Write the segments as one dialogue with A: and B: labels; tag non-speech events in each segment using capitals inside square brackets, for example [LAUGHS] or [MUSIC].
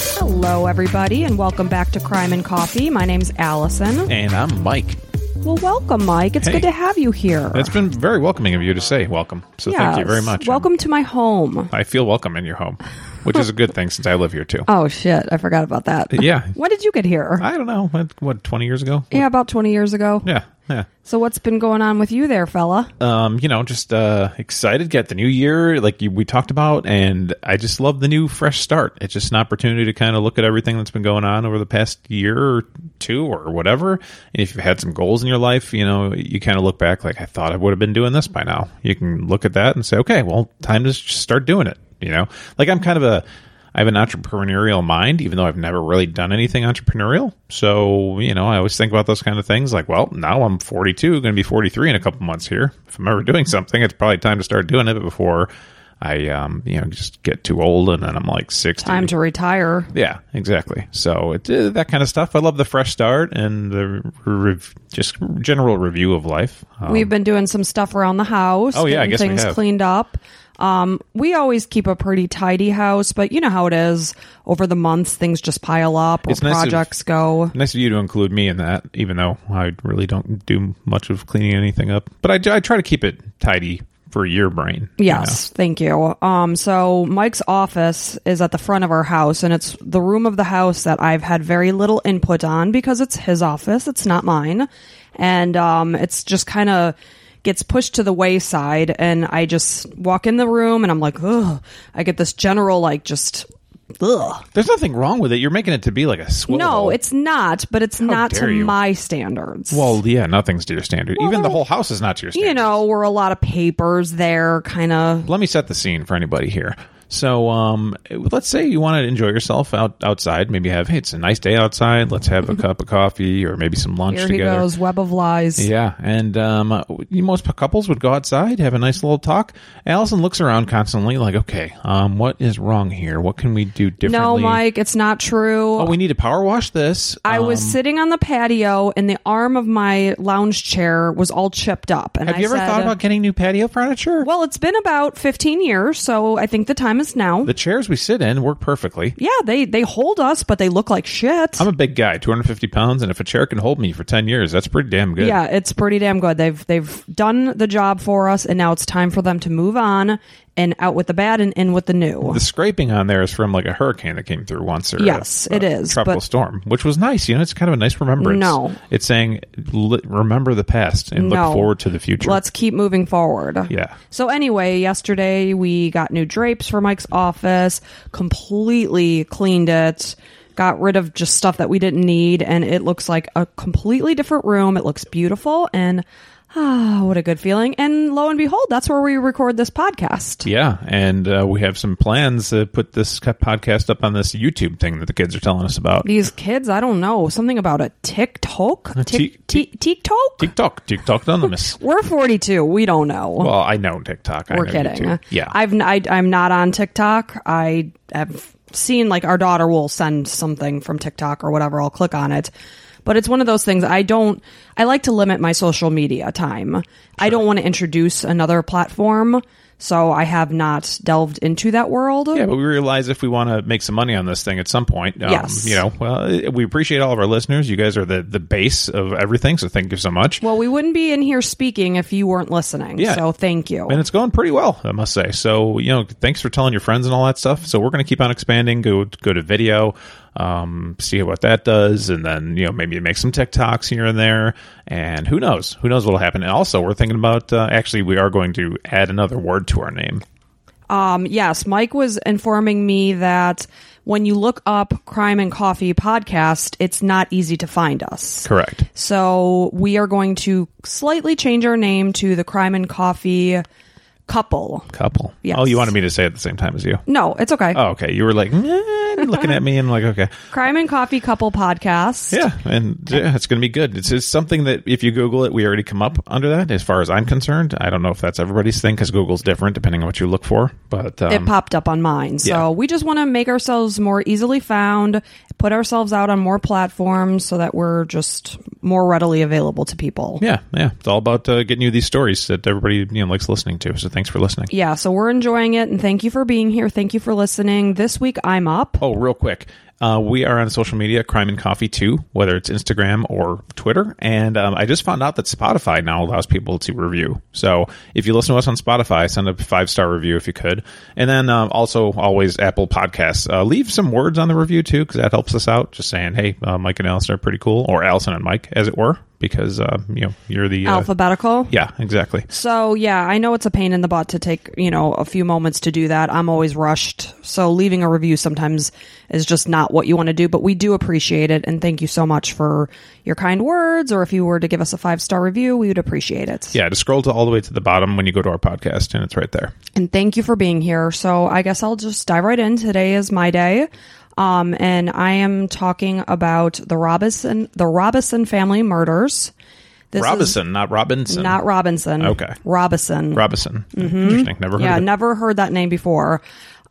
A: Hello, everybody, and welcome back to Crime and Coffee. My name's Allison.
B: And I'm Mike.
A: Well, welcome, Mike. It's
B: Hey.
A: good to have you here.
B: It's been very welcoming of you to say welcome. So thank you
A: Yes.
B: very much.
A: Welcome to my home.
B: I feel welcome in your home, which is a good thing since I live
A: [LAUGHS]
B: here too.
A: Oh, shit. I forgot about that.
B: Yeah.
A: When did you get here?
B: I don't know. What, what 20 years ago?
A: yeah, about 20 years ago.
B: Yeah. Yeah.
A: So, what's been going on with you there, fella?
B: Um, you know, just uh excited get the new year like you, we talked about and I just love the new fresh start. It's just an opportunity to kind of look at everything that's been going on over the past year or two or whatever. And if you've had some goals in your life, you know, you kind of look back like I thought I would have been doing this by now. You can look at that and say, "Okay, well, time to s- start doing it." You know? Like I'm kind of a I have an entrepreneurial mind, even though I've never really done anything entrepreneurial. So, you know, I always think about those kind of things like, well, now I'm 42, going to be 43 in a couple months here. If I'm ever doing something, it's probably time to start doing it before I, um, you know, just get too old and then I'm like 60.
A: Time to retire.
B: yeah, exactly. So it, uh, that kind of stuff. I love the fresh start and the rev- just general review of life. Um,
A: We've been doing some stuff around the house.
B: Oh, yeah, I
A: getting
B: guess we
A: things
B: have.
A: cleaned up. Um, we always keep a pretty tidy house, but you know how it is. Over the months, things just pile up or
B: It's nice if-
A: projects go.
B: Nice of you to include me in that, even though I really don't do much of cleaning anything up. But I, do- I try to keep it tidy for your brain. you
A: Yes, thank you. Um, so Mike's office is at the front of our house, and it's the room of the house that I've had very little input on because it's his office, it's not mine, and um, it's just kind of gets pushed to the wayside. And I just walk in the room, and I'm like, ugh. I get this general like just. Ugh.
B: There's nothing wrong with it. You're making it to be like a swivel.
A: No, it's not, but it's not to
B: dare you.
A: my standards.
B: well, yeah, nothing's to your standard. Even the whole house is not to your standard.
A: you know, we're a lot of papers there, kind of.
B: let me set the scene for anybody here. So, um, let's say you want to enjoy yourself out outside. Maybe have hey, it's a nice day outside. Let's
A: [LAUGHS]
B: have a cup of coffee or maybe some lunch
A: Here he
B: together.
A: goes, web of lies.
B: Yeah, and um, uh, most p- couples would go outside, have a nice little talk. Allison looks around constantly, like, okay, um, what is wrong here? What can we do
A: No,
B: differently?
A: Mike, it's not true.
B: oh, we need to power wash this.
A: I
B: Um,
A: was sitting on the patio and the arm of my lounge chair was all chipped up. And
B: Have
A: I
B: you ever
A: said,
B: thought about getting new patio furniture?
A: Well, it's been about 15 years, so I think the time is now.
B: the chairs we sit in work perfectly.
A: yeah, they they hold us, but they look like shit.
B: I'm a big guy, 250 pounds, and if a chair can hold me for 10 years, that's pretty damn good.
A: yeah, it's pretty damn good. They've they've done the job for us, and now it's time for them to move on and out with the bad and in with the new.
B: The scraping on there is from like a hurricane that came through once, or a-
A: Yes,
B: a
A: it is,
B: tropical
A: but-
B: storm, which was nice. You know, it's kind of a nice remembrance.
A: No.
B: it's saying li- remember the past and
A: No.
B: look forward to the future.
A: Let's keep moving forward.
B: Yeah.
A: So anyway, yesterday we got new drapes for Mike's office, completely cleaned it, got rid of just stuff that we didn't need, and it looks like a completely different room. It looks beautiful and ah, what a good feeling. And lo and behold, that's where we record this podcast.
B: Yeah, and uh, we have some plans to put this co- podcast up on this YouTube thing that the kids are telling us about.
A: These kids, I don't know, something about a TikTok?
B: ti-
A: Tik- ti- TikTok?
B: TikTok,
A: [LAUGHS]
B: TikTok Anonymous.
A: We're 42. We don't know.
B: well, I know TikTok. I
A: We're
B: know
A: kidding.
B: YouTube. Yeah,
A: I've n- I, have i am not on TikTok. I have seen like our daughter will send something from TikTok or whatever. I'll click on it, but it's one of those things. I don't. I like to limit my social media time. I don't want to introduce another platform, so I have not delved into that world.
B: yeah, but we realize if we want to make some money on this thing at some point, um,
A: Yes.
B: you know, well, we appreciate all of our listeners. You guys are the the base of everything, so thank you so much.
A: Well, we wouldn't be in here speaking if you weren't listening.
B: Yeah.
A: So thank you.
B: and it's going pretty well, I must say. So you know, thanks for telling your friends and all that stuff. So we're going to keep on expanding. Go go to video, um, see what that does, and then you know maybe make some TikToks here and there. And who knows? Who knows what'll happen? And also, we're thinking about uh, actually we are going to add another word to our name.
A: Um, yes, Mike was informing me that when you look up Crime and Coffee podcast, it's not easy to find us.
B: Correct.
A: So we are going to slightly change our name to the Crime and Coffee Couple.
B: Couple.
A: Yes.
B: Oh, you wanted me to say it at the same time as you.
A: No, it's okay.
B: Oh, okay. You were like "Nah," looking at me and like okay.
A: Crime and Coffee Couple podcast.
B: Yeah, and yeah, it's going to be good. It's, it's something that if you Google it, we already come up under that. As far as I'm concerned, I don't know if that's everybody's thing because Google's different depending on what you look for. But
A: It
B: um,
A: popped up on mine. So
B: Yeah.
A: we just want to make ourselves more easily found, put ourselves out on more platforms so that we're just more readily available to people.
B: yeah, yeah, it's all about uh, getting you these stories that everybody you know likes listening to. So thanks for listening.
A: yeah, so we're enjoying it and thank you for being here. Thank you for listening. This week I'm up.
B: Oh, real quick, Uh, we are on social media, Crime and Coffee too, whether it's Instagram or Twitter. And um, I just found out that Spotify now allows people to review. So if you listen to us on Spotify, send a five star review if you could. And then um, also always Apple Podcasts. Uh, leave some words on the review too, because that helps us out. Just saying, hey, uh, Mike and Allison are pretty cool, or Allison and Mike, as it were, because uh, you know you're the uh,
A: Alphabetical.
B: Yeah, exactly.
A: So yeah, I know it's a pain in the butt to take, you know, a few moments to do that. I'm always rushed. So leaving a review sometimes is just not what you want to do, but we do appreciate it and thank you so much for your kind words or if you were to give us a five-star review, we would appreciate it.
B: Yeah, just scroll to all the way to the bottom when you go to our podcast, and it's right there.
A: And thank you for being here. So I guess I'll just dive right in. Today is my day. Um, and I am talking about the Robinson the Robinson family murders. This is
B: Robinson, not Robinson.
A: not Robinson.
B: Okay.
A: Robinson.
B: Robinson. Interesting. Never heard
A: Yeah,
B: of it.
A: never heard that name before.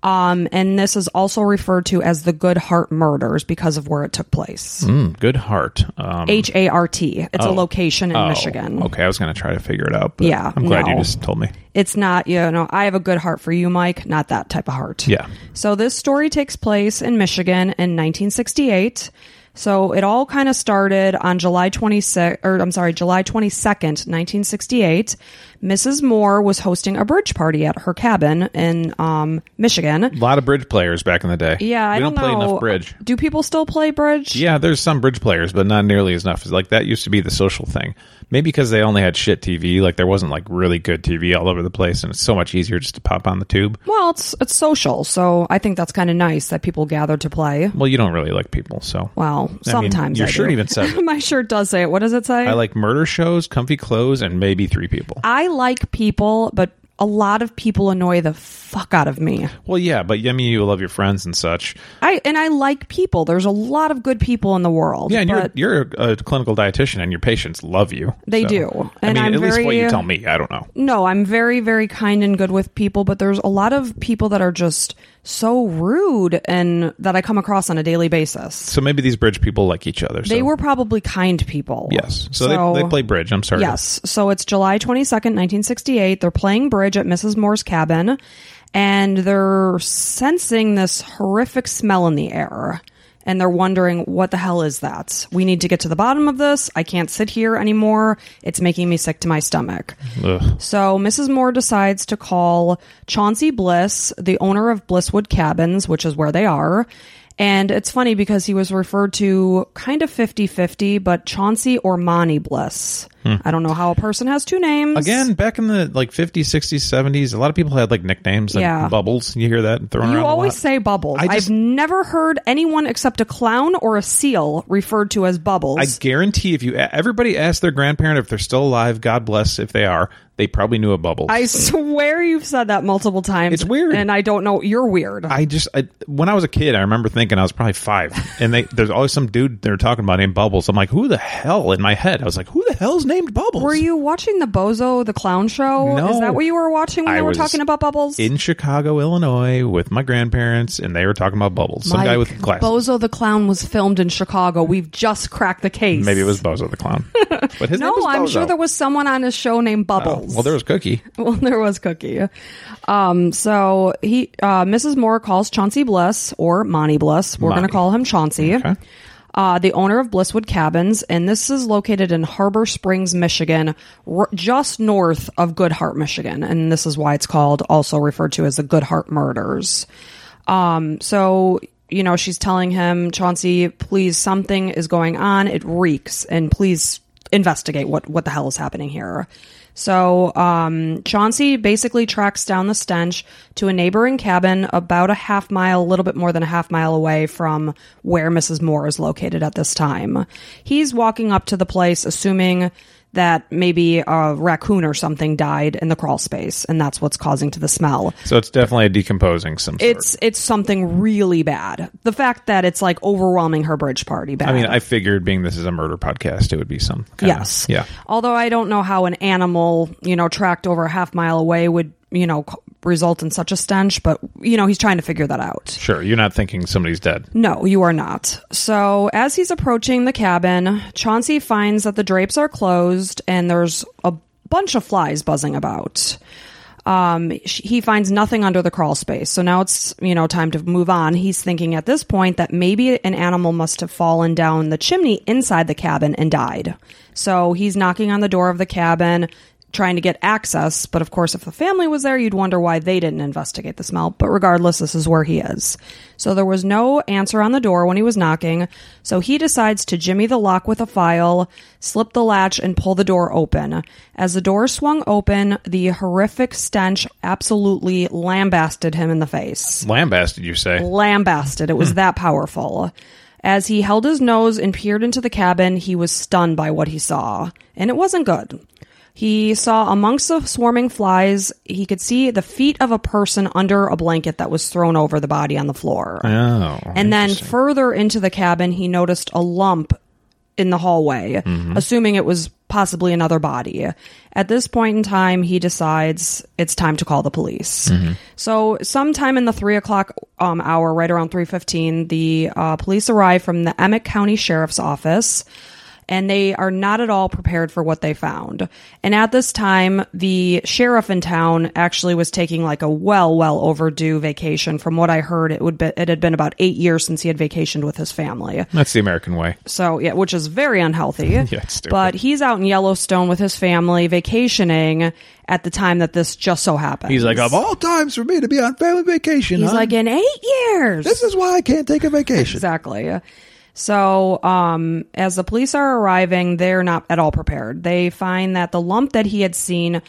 A: Um, and this is also referred to as the Good Heart murders because of where it took place.
B: Mm, good heart. Um,
A: H A R T. It's a location in
B: oh,
A: Michigan.
B: Okay, I was going to try to figure it out. But
A: Yeah,
B: I'm glad
A: no.
B: you just told me.
A: It's not, you know, I have a good heart for you, Mike, not that type of heart.
B: Yeah.
A: So this story takes place in Michigan in 1968. So it all kind of started on July 26 or I'm sorry, July 22nd, 1968. Mrs. Moore was hosting a bridge party at her cabin in um, Michigan.
B: A lot of bridge players back in the day.
A: Yeah,
B: we
A: I don't,
B: play
A: know.
B: enough bridge.
A: Do people still play bridge?
B: Yeah, there's some bridge players, but not nearly as enough. It's Like that used to be the social thing. Maybe because they only had shit TV. Like there wasn't like really good TV all over the place, and it's so much easier just to pop on the tube.
A: Well, it's it's social, so I think that's kind of nice that people gather to play.
B: Well, you don't really like people, so
A: Well, sometimes
B: I mean, your
A: I
B: shirt
A: do. [LAUGHS]
B: even says it.
A: My shirt does say it. What does it say?
B: I like murder shows, comfy clothes, and maybe three people.
A: I like people, but a lot of people annoy the fuck out of me.
B: Well, yeah, but I mean, you love your friends and such.
A: I and I like people. There's a lot of good people in the world.
B: Yeah, and
A: but-
B: you're you're a clinical dietitian, and your patients love you.
A: They
B: so.
A: do,
B: I
A: and
B: mean,
A: I'm
B: at least what you
A: very-
B: tell me. I don't know.
A: No, I'm very, very kind and good with people, but there's a lot of people that are just so rude and that I come across on a daily basis.
B: So maybe these bridge people like each other.
A: They
B: so-
A: were probably kind people.
B: yes. So, they, they play bridge. I'm sorry.
A: Yes. So it's July 22nd, 1968. They're playing bridge at Mrs. Moore's cabin and they're sensing this horrific smell in the air. And they're wondering, what the hell is that? We need to get to the bottom of this. I can't sit here anymore. It's making me sick to my stomach.
B: Ugh.
A: So Mrs. Moore decides to call Chauncey Bliss, the owner of Blisswood Cabins, which is where they are. And it's funny because he was referred to kind of 50 50, but Chauncey or Monty Bliss. I don't know how a person has two names.
B: Hmm. Again, back in the like 50s, 60s, 70s, a lot of people had like nicknames like
A: Yeah.
B: bubbles. You hear that thrown
A: You
B: around
A: always
B: a lot.
A: say bubbles.
B: I just-
A: I've never heard anyone except a clown or a seal referred to as bubbles.
B: I guarantee if you everybody asked their grandparent if they're still alive, God bless if they are, they probably knew a bubble.
A: I swear you've said that multiple times.
B: It's weird.
A: And I don't know. You're weird.
B: I just I, when I was a kid, I remember thinking I was probably five, and they there's always some dude they're talking about named Bubbles. I'm like, who the hell? In my head, I was like, who the hell's named Bubbles?
A: were you watching the Bozo the Clown show?
B: No.
A: Is that what you were watching when
B: I
A: they were
B: was
A: talking about bubbles?
B: in Chicago, Illinois, with my grandparents, and they were talking about Bubbles. Some guy with
A: Mike,
B: glasses.
A: Bozo the Clown was filmed in Chicago. We've just cracked the case.
B: Maybe it was Bozo
A: [LAUGHS]
B: the clown, but his name
A: No,
B: was
A: I'm
B: Bozo. Oh,
A: sure there was someone on his show named Bubbles.
B: Well, there was Cookie.
A: Well, [LAUGHS] there was Cookie. Um, so he, uh, Mrs. Moore calls Chauncey Bliss or Monty Bliss. We're going to
B: Monty.
A: call him Chauncey.
B: Okay.
A: Uh, the owner of Blisswood Cabins, and this is located in Harbor Springs, Michigan, r- just north of Good Heart, Michigan, and this is why it's called, also referred to as the Good Heart Murders. Um, so you know, she's telling him, Chauncey, please, something is going on. It reeks, and please investigate what what the hell is happening here. So um, Chauncey basically tracks down the stench to a neighboring cabin about a half mile, a little bit more than a half mile away from where Mrs. Moore is located at this time. He's walking up to the place, assuming that maybe a raccoon or something died in the crawl space, and that's what's causing to the smell.
B: So it's definitely a decomposing some sort.
A: It's it's something really bad. The fact that it's like overwhelming her bridge party. Bad.
B: I mean, I figured being this is a murder podcast, it would be some. Kind
A: Yes.
B: Of, yeah.
A: Although I don't know how an animal, you know, tracked over a half mile away would, you know, c- result in such a stench, but, you know, he's trying to figure that out.
B: Sure. You're not thinking somebody's dead.
A: No, you are not. So, as he's approaching the cabin, Chauncey finds that the drapes are closed and there's a bunch of flies buzzing about. um, sh- he finds nothing under the crawl space. So now it's, you know, time to move on. He's thinking at this point that maybe an animal must have fallen down the chimney inside the cabin and died. So he's knocking on the door of the cabin, trying to get access. But of course, if the family was there, you'd wonder why they didn't investigate the smell. But regardless, this is where he is. So there was no answer on the door when he was knocking. So he decides to jimmy the lock with a file, slip the latch, and pull the door open. As the door swung open, the horrific stench absolutely lambasted him in the face.
B: Lambasted, you say?
A: [LAUGHS] Lambasted. It was that powerful. As he held his nose and peered into the cabin, he was stunned by what he saw. And it wasn't good. He saw amongst the swarming flies, he could see the feet of a person under a blanket that was thrown over the body on the floor.
B: Oh.
A: and then further into the cabin, he noticed a lump in the hallway, assuming it was possibly another body. At this point in time, he decides it's time to call the police. So, sometime in the three o'clock um, hour, right around three fifteen, the uh, police arrive from the Emmett County Sheriff's Office and they are not at all prepared for what they found. And at this time, the sheriff in town actually was taking like a well, well overdue vacation. From what I heard, it would be, it had been about eight years since he had vacationed with his family.
B: That's the American way.
A: So yeah, which is very
B: [LAUGHS]
A: unhealthy.
B: it's stupid.
A: but he's out in Yellowstone with his family vacationing at the time that this just so happened.
B: He's like, "Oh, of all times for me to be on family vacation.
A: he's
B: huh?
A: like in eight years.
B: this is why I can't take a vacation.
A: Exactly. So, um, as the police are arriving, they're not at all prepared. They find that the lump that he had seen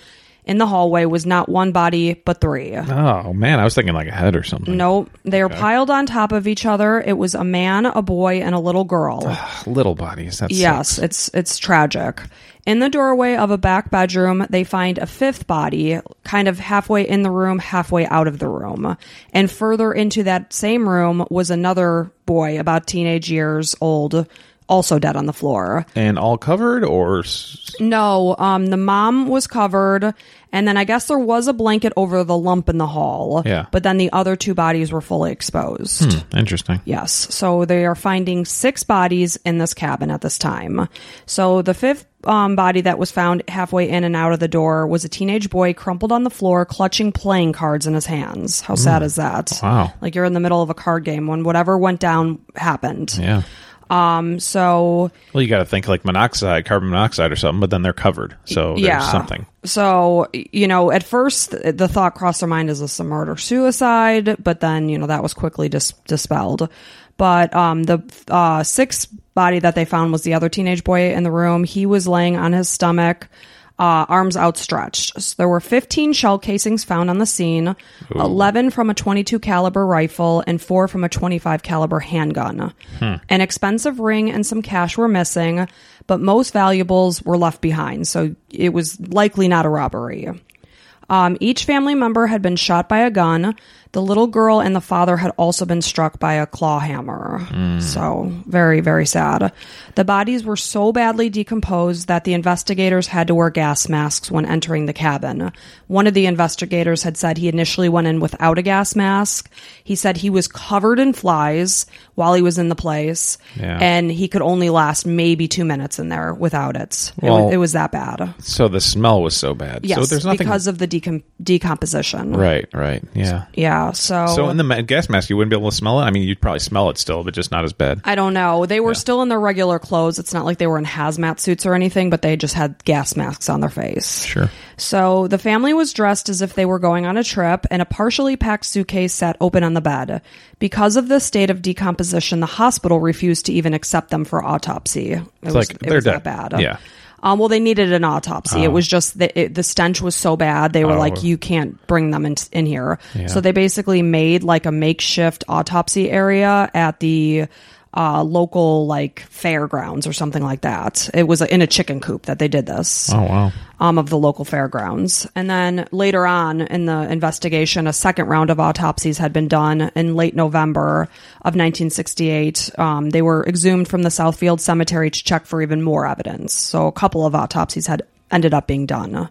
A: in the hallway was not one body, but three.
B: Oh, man. I was thinking like a head or something.
A: Nope. They were piled on top of each other. It was a man, a boy, and a little girl.
B: Little bodies. That's
A: Yes, it's it's tragic. In the doorway of a back bedroom, they find a fifth body, kind of halfway in the room, halfway out of the room. And further into that same room was another boy, about teenage years old, also dead on the floor.
B: And all covered or. s-
A: No, um, the mom was covered, and then I guess there was a blanket over the lump in the hall.
B: Yeah.
A: But then the other two bodies were fully exposed.
B: Interesting.
A: Yes. So they are finding six bodies in this cabin at this time. So the fifth um, body that was found halfway in and out of the door was a teenage boy crumpled on the floor, clutching playing cards in his hands. How sad is that?
B: Hmm. Wow.
A: Like you're in the middle of a card game when whatever went down happened.
B: Yeah.
A: Um, so
B: Well, you got to think like monoxide, carbon monoxide or something, but then they're covered. So there's
A: yeah.
B: something.
A: So, y- you know, at first th- the thought crossed their mind is this a murder suicide, but then, you know, that was quickly dis- dispelled. But um, the uh, sixth body that they found was the other teenage boy in the room. He was laying on his stomach, uh, arms outstretched. So there were 15 shell casings found on the scene, 11 from a 22 caliber rifle and 4 from a 25 caliber handgun.
B: Hmm.
A: An expensive ring and some cash were missing, but most valuables were left behind, so it was likely not a robbery. Um, each family member had been shot by a gun. The little girl and the father had also been struck by a claw hammer.
B: Hmm.
A: So, very, very sad. The bodies were so badly decomposed that the investigators had to wear gas masks when entering the cabin. One of the investigators had said he initially went in without a gas mask. He said he was covered in flies while he was in the place,
B: Yeah.
A: and he could only last maybe two minutes in there without it. it,
B: Well-
A: was, it was that bad.
B: So the smell was so bad.
A: Yes,
B: so there's nothing.
A: because of the decom- decomposition.
B: right, right. Yeah.
A: Yeah, so,
B: So in the ma- gas mask, you wouldn't be able to smell it. I mean, you'd probably smell it still, but just not as bad.
A: I don't know. They were still in their regular clothes. It's not like they were in hazmat suits or anything, but they just had gas masks on their face.
B: Sure.
A: So the family was dressed as if they were going on a trip, and a partially packed suitcase sat open on the bed. Because of the state of decomposition, the hospital refused to even accept them for autopsy. It was,
B: like,
A: it
B: they're
A: was that
B: dead.
A: bad.
B: Yeah.
A: Um, well, they needed an autopsy. It was just the, it, the stench was so bad. They were
B: Oh.
A: like, you can't bring them in, in here. So they basically made like a makeshift autopsy area at the uh, local like fairgrounds or something like that. It was in a chicken coop that they did this
B: Oh wow.
A: um, of the local fairgrounds. And then later on in the investigation, a second round of autopsies had been done in late November of 1968. Um, they were exhumed from the Southfield Cemetery to check for even more evidence. So a couple of autopsies had ended up being done.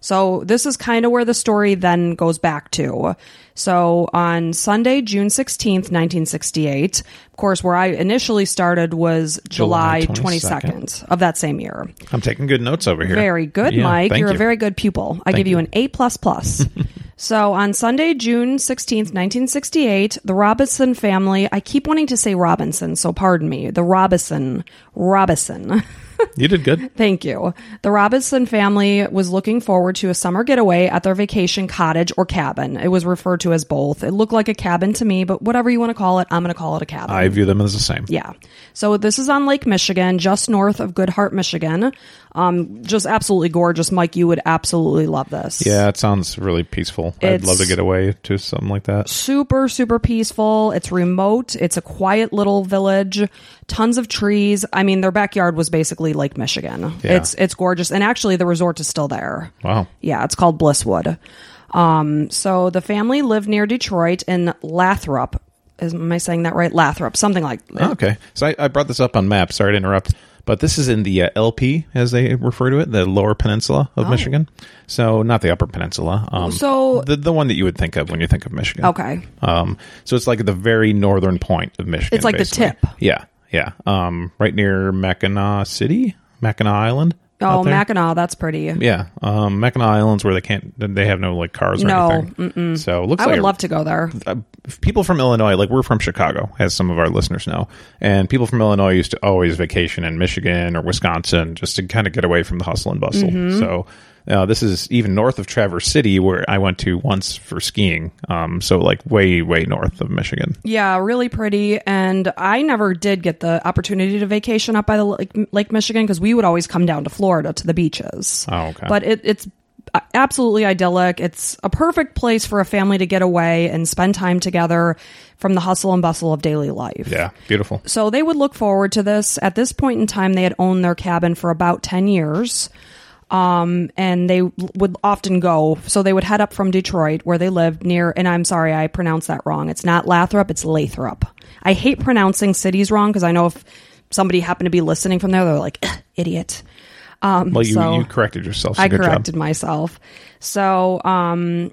A: So this is kind of where the story then goes back to. So on Sunday, June 16th, 1968, of course, where I initially started was
B: July
A: July
B: 22nd.
A: 22nd of that same year.
B: I'm taking good notes over here.
A: Very good,
B: Yeah,
A: Mike.
B: thank
A: You're
B: you.
A: a very good pupil. I give you
B: you.
A: an A plus
B: [LAUGHS]
A: plus. so on Sunday, June 16th, 1968, the Robinson family, I keep wanting to say Robinson, so pardon me. The Robinson, Robinson. [LAUGHS]
B: You did good.
A: Thank you. The Robinson family was looking forward to a summer getaway at their vacation cottage or cabin. It was referred to as both. It looked like a cabin to me, but whatever you want to call it, I'm going to call it a cabin.
B: I view them as the same.
A: Yeah. So this is on Lake Michigan, just north of Good Heart, Michigan. Um, just absolutely gorgeous, Mike. You would absolutely love this.
B: Yeah, it sounds really peaceful. I'd
A: It's-
B: love to get away to something like that.
A: Super, super peaceful. It's remote. It's a quiet little village. Tons of trees. I mean, their backyard was basically Lake Michigan.
B: Yeah.
A: It's it's gorgeous, and actually, the resort is still there.
B: Wow.
A: Yeah, it's called Blisswood. Um, so the family lived near Detroit in Lathrop. Is, am I saying that right? Lathrop, something like
B: Oh, Okay. So I, I brought this up on maps. Sorry to interrupt. But this is in the uh, LP, as they refer to it, the lower peninsula of Michigan. So not the upper peninsula. Um,
A: Oh. So-
B: the, the one that you would think of when you think of Michigan.
A: Okay.
B: Um, so it's like the very northern point of Michigan.
A: It's like the
B: basically.
A: tip.
B: Yeah. Yeah. Um, right near Mackinac City, Mackinac Island.
A: Oh,
B: out there.
A: Mackinac, that's pretty.
B: Yeah, um, Mackinac Islands where they can't, they have no like cars or
A: No,
B: anything. So it looks
A: I
B: like
A: would
B: a-
A: love to go there.
B: uh, people from Illinois, like we're from Chicago, as some of our listeners know, and people from Illinois used to always vacation in Michigan or Wisconsin just to kind of get away from the hustle and bustle.
A: Mm-hmm.
B: So uh, this is even north of Traverse City, where I went to once for skiing. Um, so like way, way north of Michigan.
A: Yeah, really pretty. And I never did get the opportunity to vacation up by the Lake, Lake Michigan because we would always come down to Florida to the beaches.
B: Oh, okay.
A: But it, it's absolutely idyllic. It's a perfect place for a family to get away and spend time together from the hustle and bustle of daily life.
B: Yeah, beautiful.
A: So they would look forward to this. At this point in time, they had owned their cabin for about 10 years. Um, and they would often go. So they would head up from Detroit, where they lived near, and I'm sorry, I pronounced that wrong. It's not Lathrop, it's Lathrop. I hate pronouncing cities wrong because I know if somebody happened to be listening from there, they're like, [CLEARS THROAT] "Ugh, idiot.
B: Well, you,
A: so-
B: you corrected yourself. So
A: I
B: good
A: corrected
B: Job.
A: myself. So, um,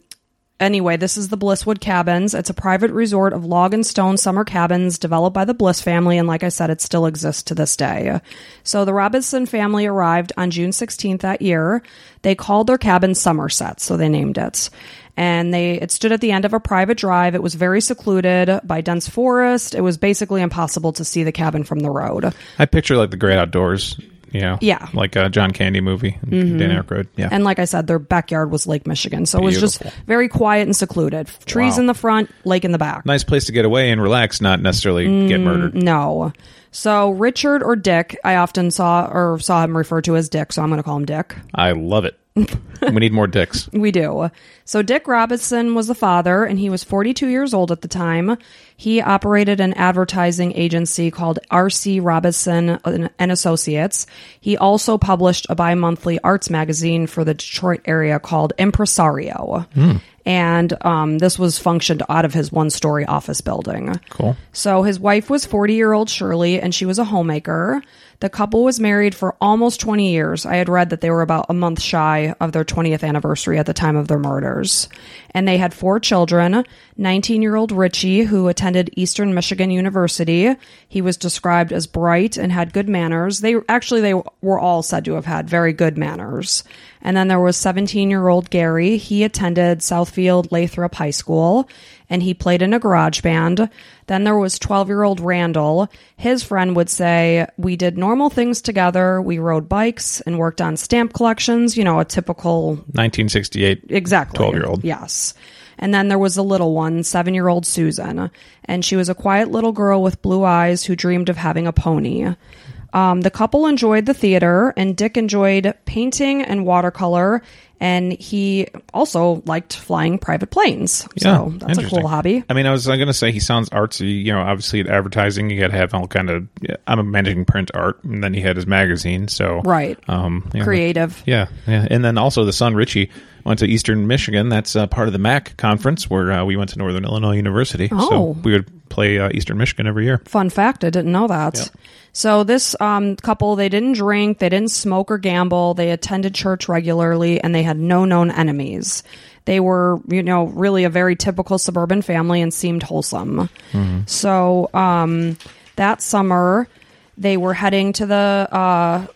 A: anyway, this is the Blisswood Cabins. It's a private resort of log and stone summer cabins developed by the Bliss family, and like I said, it still exists to this day. So, the Robinson family arrived on June 16th that year. They called their cabin Somerset, so they named it. And they it stood at the end of a private drive. It was very secluded by dense forest. It was basically impossible to see the cabin from the road.
B: I picture like the great outdoors. You know,
A: Yeah. Mm-hmm.
B: like a John Candy movie, Dan Aykroyd. Yeah,
A: And like I said, their backyard was Lake Michigan. So it was
B: Beautiful.
A: just very quiet and secluded. Trees
B: Wow.
A: in the front, lake in the back.
B: nice place to get away and relax, not necessarily
A: Mm.
B: get murdered.
A: No. So Richard or Dick, I often saw or saw him referred to as Dick, so I'm going to call him Dick.
B: I love it. we need
A: [LAUGHS]
B: more dicks.
A: We do. So Dick Robinson was the father, and he was 42 years old at the time. He operated an advertising agency called R.C. Robinson and and Associates. He also published a bi-monthly arts magazine for the Detroit area called Impresario, and um, this was functioned out of his one-story office building.
B: Cool.
A: So his wife was 40 year old Shirley, and she was a homemaker. The couple was married for almost 20 years. I had read that they were about a month shy of their 20th anniversary at the time of their murders. And they had four children 19 year old Richie, who attended Eastern Michigan University. He was described as bright and had good manners. They actually, they were all said to have had very good manners. And then there was 17 year old Gary. He attended Southfield Lathrop High School and he played in a garage band. Then there was 12 year old Randall. His friend would say, We did normal things together. We rode bikes and worked on stamp collections, you know, a typical
B: 1968.
A: Exactly.
B: 12-year-old.
A: Yes. And then there was the little one, seven year old Susan. And she was a quiet little girl with blue eyes who dreamed of having a pony. Um, the couple enjoyed the theater, and Dick enjoyed painting and watercolor. And he also liked flying private planes. so that's a
B: interesting.
A: cool hobby.
B: I mean, I was going to say he sounds artsy. You know, obviously in advertising, you got to have all kind of. yeah, I'm managing print art, and then he had his magazine. So
A: Right.
B: um, you know,
A: Creative.
B: yeah, yeah, and then also the son Richie. went to Eastern Michigan. That's uh, part of the MAC conference where uh, we went to Northern Illinois University.
A: Oh.
B: So we would play uh, Eastern Michigan every year.
A: Fun fact, I didn't know that.
B: Yep.
A: So this um, couple, they didn't drink, they didn't smoke or gamble, they attended church regularly, and they had no known enemies. They were, you know, really a very typical suburban family and seemed wholesome. So um, that summer, they were heading to the uh,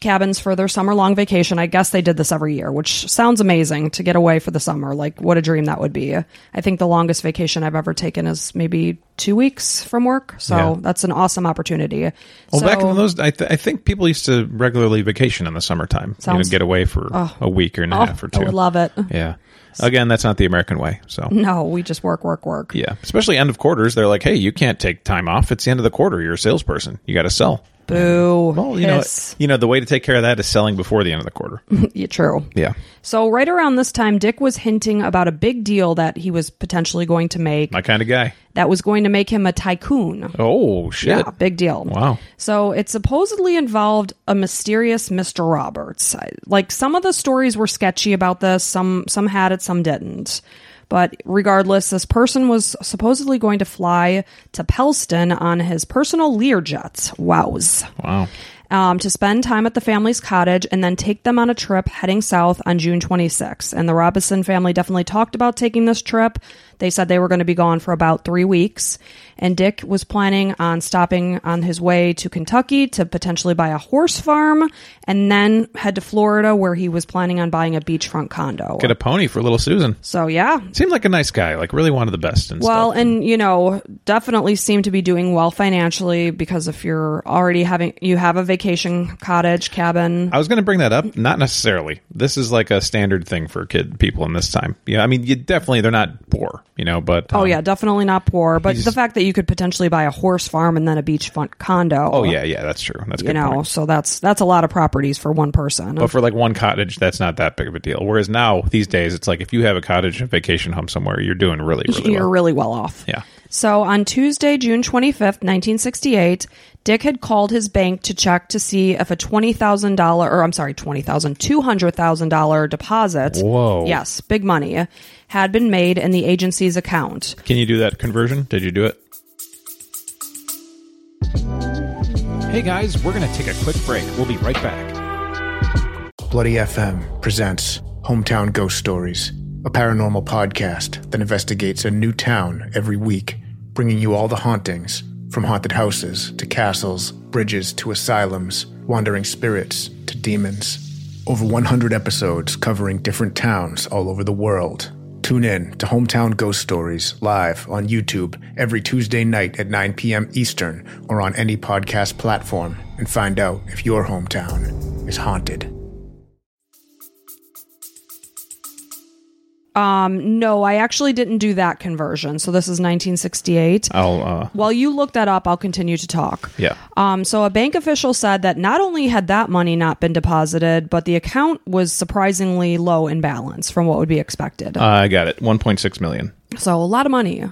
A: cabins for their summer long vacation. I guess they did this every year, which sounds amazing to get away for the summer. Like, what a dream that would be. I think the longest vacation I've ever taken is maybe two weeks from work. So
B: Yeah.
A: that's an awesome opportunity.
B: Well,
A: so,
B: back in those, I, th- I think people used to regularly vacation in the summertime. you
A: Sounds-
B: know, get away for a week or and a
A: oh,
B: half or
A: I
B: two.
A: would love it.
B: yeah. Again, that's not the American way. So.
A: No, we just work, work, work.
B: Yeah, especially end of quarters. They're like, hey, you can't take time off. It's the end of the quarter. You're a salesperson. You got to sell.
A: Boo.
B: Well, you know,
A: Piss.
B: you know, the way to take care of that is selling before the end of the quarter.
A: [LAUGHS] Yeah, true.
B: yeah,
A: So right around this time, Dick was hinting about a big deal that he was potentially going to make
B: my kind of guy.
A: that was going to make him a tycoon.
B: Oh shit!
A: Yeah, big deal.
B: Wow.
A: So it supposedly involved a mysterious Mr. Roberts. I- Like some of the stories were sketchy about this, some some had it, some didn't. But regardless, this person was supposedly going to fly to Pelston on his personal Learjet. Wows.
B: Wow.
A: Um, to spend time at the family's cottage and then take them on a trip heading south on June 26th. And the Robinson family definitely talked about taking this trip. They said they were going to be gone for about three weeks. And Dick was planning on stopping on his way to Kentucky to potentially buy a horse farm and then head to Florida where he was planning on buying a beachfront condo.
B: Get a pony for little Susan.
A: So, yeah.
B: Seemed like a nice guy. Like really wanted the best. And
A: Well,
B: stuff.
A: and you know, definitely seem to be doing well financially because if you're already having, you have a vacation cottage cabin.
B: I was going to bring that up. Not necessarily. This is like a standard thing for kid people in this time. Yeah, I mean, you definitely they're not poor, you know, but
A: Oh
B: um,
A: yeah, definitely not poor. But
B: he's-
A: the fact that you could potentially buy a horse farm and then a beachfront condo.
B: oh yeah, yeah, that's true. That's a
A: you
B: good
A: know,
B: point.
A: so that's that's a lot of properties for one person.
B: But for like one cottage, that's not that big of a deal. Whereas now, these days, it's like if you have a cottage and vacation home somewhere, you're doing really, really
A: You're
B: well.
A: really well off.
B: Yeah.
A: So on Tuesday, June 25th, 1968, Dick had called his bank to check to see if a $20,000 or I'm sorry, $20,000, $200,000 deposit.
B: Whoa.
A: Yes, big money had been made in the agency's account.
B: Can you do that conversion? Did you do it? Hey guys, we're going to take a quick break. We'll be right back.
C: Bloody FM presents Hometown Ghost Stories, a paranormal podcast that investigates a new town every week, bringing you all the hauntings from haunted houses to castles, bridges to asylums, wandering spirits to demons. Over 100 episodes covering different towns all over the world. Tune in to Hometown Ghost Stories live on YouTube every Tuesday night at 9 p.m. Eastern or on any podcast platform and find out if your hometown is haunted.
A: Um no, I actually didn't do that conversion. So this is 1968.
B: I'll, uh,
A: While you look that up, I'll continue to talk.
B: yeah.
A: Um, so a bank official said that not only had that money not been deposited, but the account was surprisingly low in balance from what would be expected.
B: I got it. 1.6 million.
A: so a lot of money.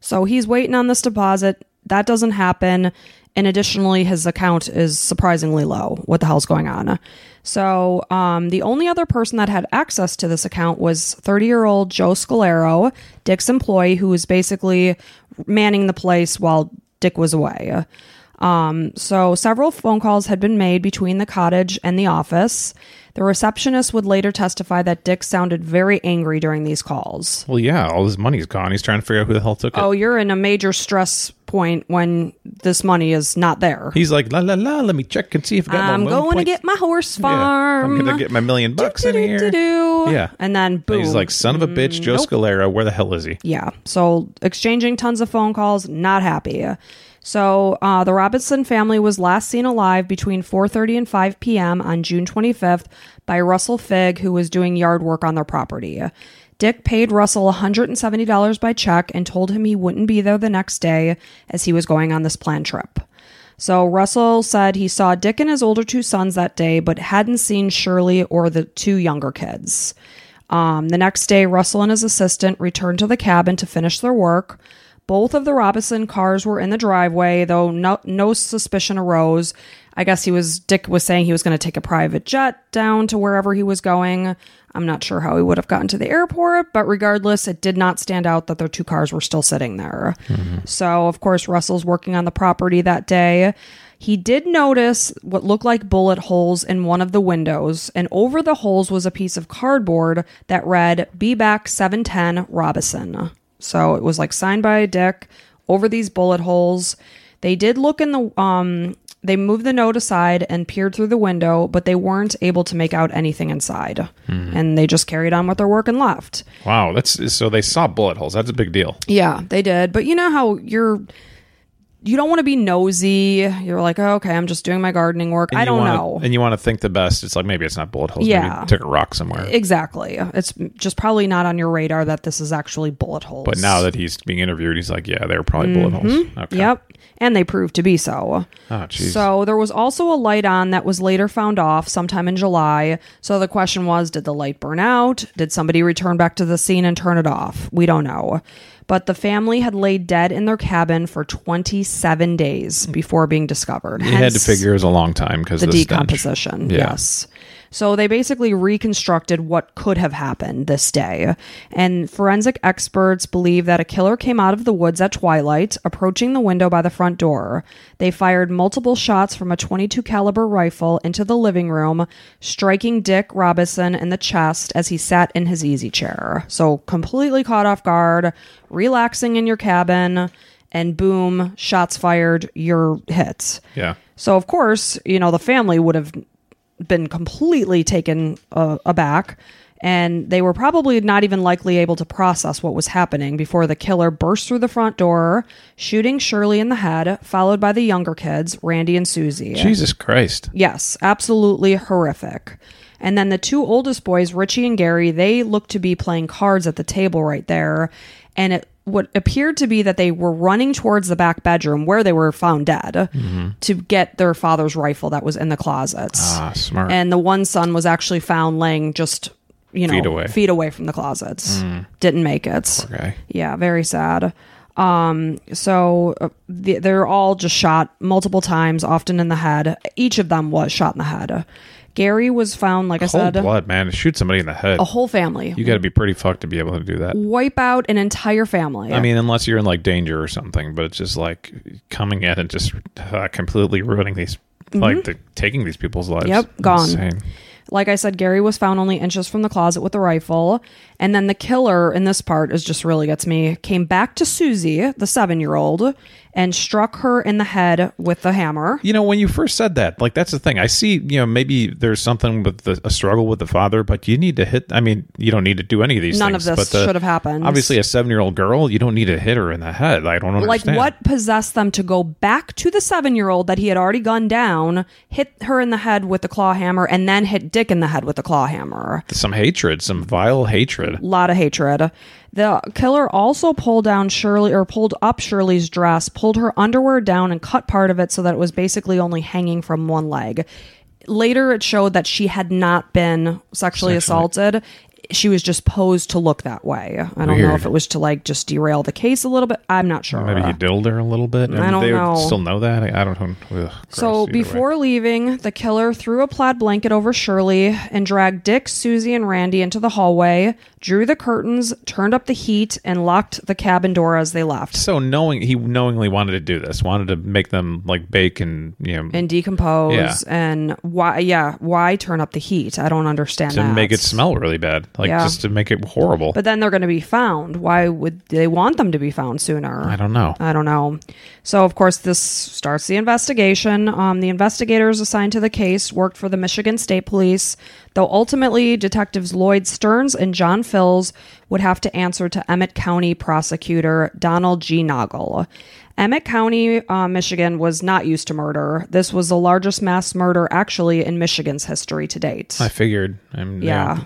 A: So he's waiting on this deposit. That doesn't happen. And additionally, his account is surprisingly low. What the hell's going on? So um, the only other person that had access to this account was 30 year old Joe Scalero, Dick's employee, who was basically manning the place while Dick was away. Um, so several phone calls had been made between the cottage and the office. The receptionist would later testify that Dick sounded very angry during these calls.
B: Well, yeah, all his money's gone. He's trying to figure out who the hell took it.
A: Oh, you're in a major stress point when this money is not there.
B: He's like, la, la, la, let me check and see if I got my
A: I'm
B: one
A: going to
B: point-
A: get my horse
B: Yeah,
A: farm.
B: I'm going to get my million bucks in here.
A: Do-do-do-do-do.
B: Yeah.
A: And then boom.
B: And he's like, son of a bitch, Joe Scalera, where the hell is he?
A: yeah. So exchanging tons of phone calls, not happy. So uh, the Robinson family was last seen alive between 4:30 and 5 p.m. on June 25th by Russell Figg, who was doing yard work on their property. Dick paid Russell $170 by check and told him he wouldn't be there the next day as he was going on this planned trip. So Russell said he saw Dick and his older two sons that day, but hadn't seen Shirley or the two younger kids. Um, the next day, Russell and his assistant returned to the cabin to finish their work, Both of the Robinson cars were in the driveway, though no, no suspicion arose. I guess he was Dick was saying he was going to take a private jet down to wherever he was going. I'm not sure how he would have gotten to the airport, but regardless, it did not stand out that their two cars were still sitting there. So, of course, Russell's working on the property that day. He did notice what looked like bullet holes in one of the windows, and over the holes was a piece of cardboard that read, Be back 710 Robison. So it was like signed by Dick over these bullet holes. They did look in the um they moved the note aside and peered through the window, but they weren't able to make out anything inside.
B: Hmm.
A: And they just carried on with their work and left.
B: Wow, that's so they saw bullet holes. That's a big deal.
A: Yeah, they did. But you know how you're you don't want to be nosy. You're like, oh, okay, I'm just doing my gardening work. I
B: you
A: don't
B: wanna-
A: know.
B: And you want to think the best. It's like maybe it's not bullet holes.
A: Yeah.
B: maybe it took a rock somewhere.
A: Exactly. It's just probably not on your radar that this is actually bullet holes.
B: but now that he's being interviewed, he's like, yeah, they were probably bullet holes. Okay.
A: Mm-hmm. Yep. And they proved to be so.
B: Oh, jeez.
A: So there was also a light on that was later found off sometime in July. So the question was did the light burn out? Did somebody return back to the scene and turn it off? We don't know. But the family had laid dead in their cabin for 27 days before being discovered.
B: you had to
A: Hence-
B: figure it was a long time because
A: the decomposition.
B: Yeah.
A: Yes. So they basically reconstructed what could have happened this day. And forensic experts believe that a killer came out of the woods at twilight, approaching the window by the front door. They fired multiple shots from a 22 caliber rifle into the living room, striking Dick Robinson in the chest as he sat in his easy chair. So completely caught off guard, relaxing in your cabin, and boom, shots fired, you're hit.
B: Yeah.
A: So of course, you know the family would have been completely taken uh, aback, and they were probably not even likely able to process what was happening before the killer burst through the front door, shooting Shirley in the head, followed by the younger kids, Randy and Susie.
B: Jesus Christ.
A: Yes, absolutely horrific. And then the two oldest boys, Richie and Gary, they looked to be playing cards at the table right there. And it what appeared to be that they were running towards the back bedroom where they were found dead to get their father's rifle that was in the closet.
B: Mm-hmm. Ah, smart.
A: And the one son was actually found laying just, you know,
B: Feet away. Mm.
A: from the closet. Didn't make it.
B: okay.
A: Yeah, very sad. Um, so uh, th- they're all just shot multiple times, often in the head. Each of them was shot in the head. Gary was found, like I
B: Cold
A: said, Oh.
B: blood, man. To shoot somebody in the head,
A: a whole family.
B: Oh, you got to be pretty fucked to be able to do that.
A: Wipe out an entire family.
B: I mean, unless you're in like danger or something, but it's just like coming in and just uh, completely ruining these, like the, taking these people's lives.
A: Mm-hmm. Yep, gone.
B: Insane.
A: like I said, Gary was found only inches from the closet with a rifle. And then the killer in this part is just really gets me. Came back to Susie, the seven year old, and struck her in the head with the hammer.
B: You know, when you first said that, like that's the thing. I see. You know, maybe there's something with the, a struggle with the father, but you need to hit. I mean, you don't need to do any of these.
A: None
B: things,
A: of this
B: but the-
A: should have happened.
B: Obviously, a seven-year-old girl, you don't need to hit her in the head. I don't
A: like
B: understand.
A: what possessed them to go back to the seven year old that he had already gunned down hit her in the head with the claw hammer and then hit dick in the head with the claw hammer
B: Some hatred, some vile hatred.
A: a lot of hatred the killer also pulled down shirley or pulled up shirley's dress pulled her underwear down and cut part of it so that it was basically only hanging from one leg later it showed that she had not been sexually, assaulted she was just posed to look that way. I don't know
B: Weird.
A: if it was to like just derail the case a little bit. I'm not sure.
B: Maybe he diddled her a little bit. I, mean,
A: don't
B: they would
A: know.
B: still know that. I, I don't know. Ugh, gross
A: So
B: either way.
A: before leaving, the killer threw a plaid blanket over Shirley and dragged Dick, Susie, and Randy into the hallway, drew the curtains, turned up the heat, and locked the cabin door as they left
B: so knowing he knowingly wanted to do this, wanted to make them like bake and you know
A: and decompose.
B: Yeah.
A: And why? Yeah, why turn up the heat? I don't understand
B: to
A: that.
B: make it smell really bad, like
A: Yeah.
B: just to make it horrible.
A: But then they're going to be found. Why would they want them to be found sooner?
B: I don't know.
A: I don't know. So, of course, this starts the investigation. Um, the investigators assigned to the case worked for the Michigan State Police, though ultimately, detectives Lloyd Stearns and John Phils would have to answer to Emmett County prosecutor Donald G. Noggle. Emmett County, uh, Michigan, was not used to murder. This was the largest mass murder, actually, in Michigan's history to date.
B: I figured. I'm,
A: Yeah. Mm-hmm.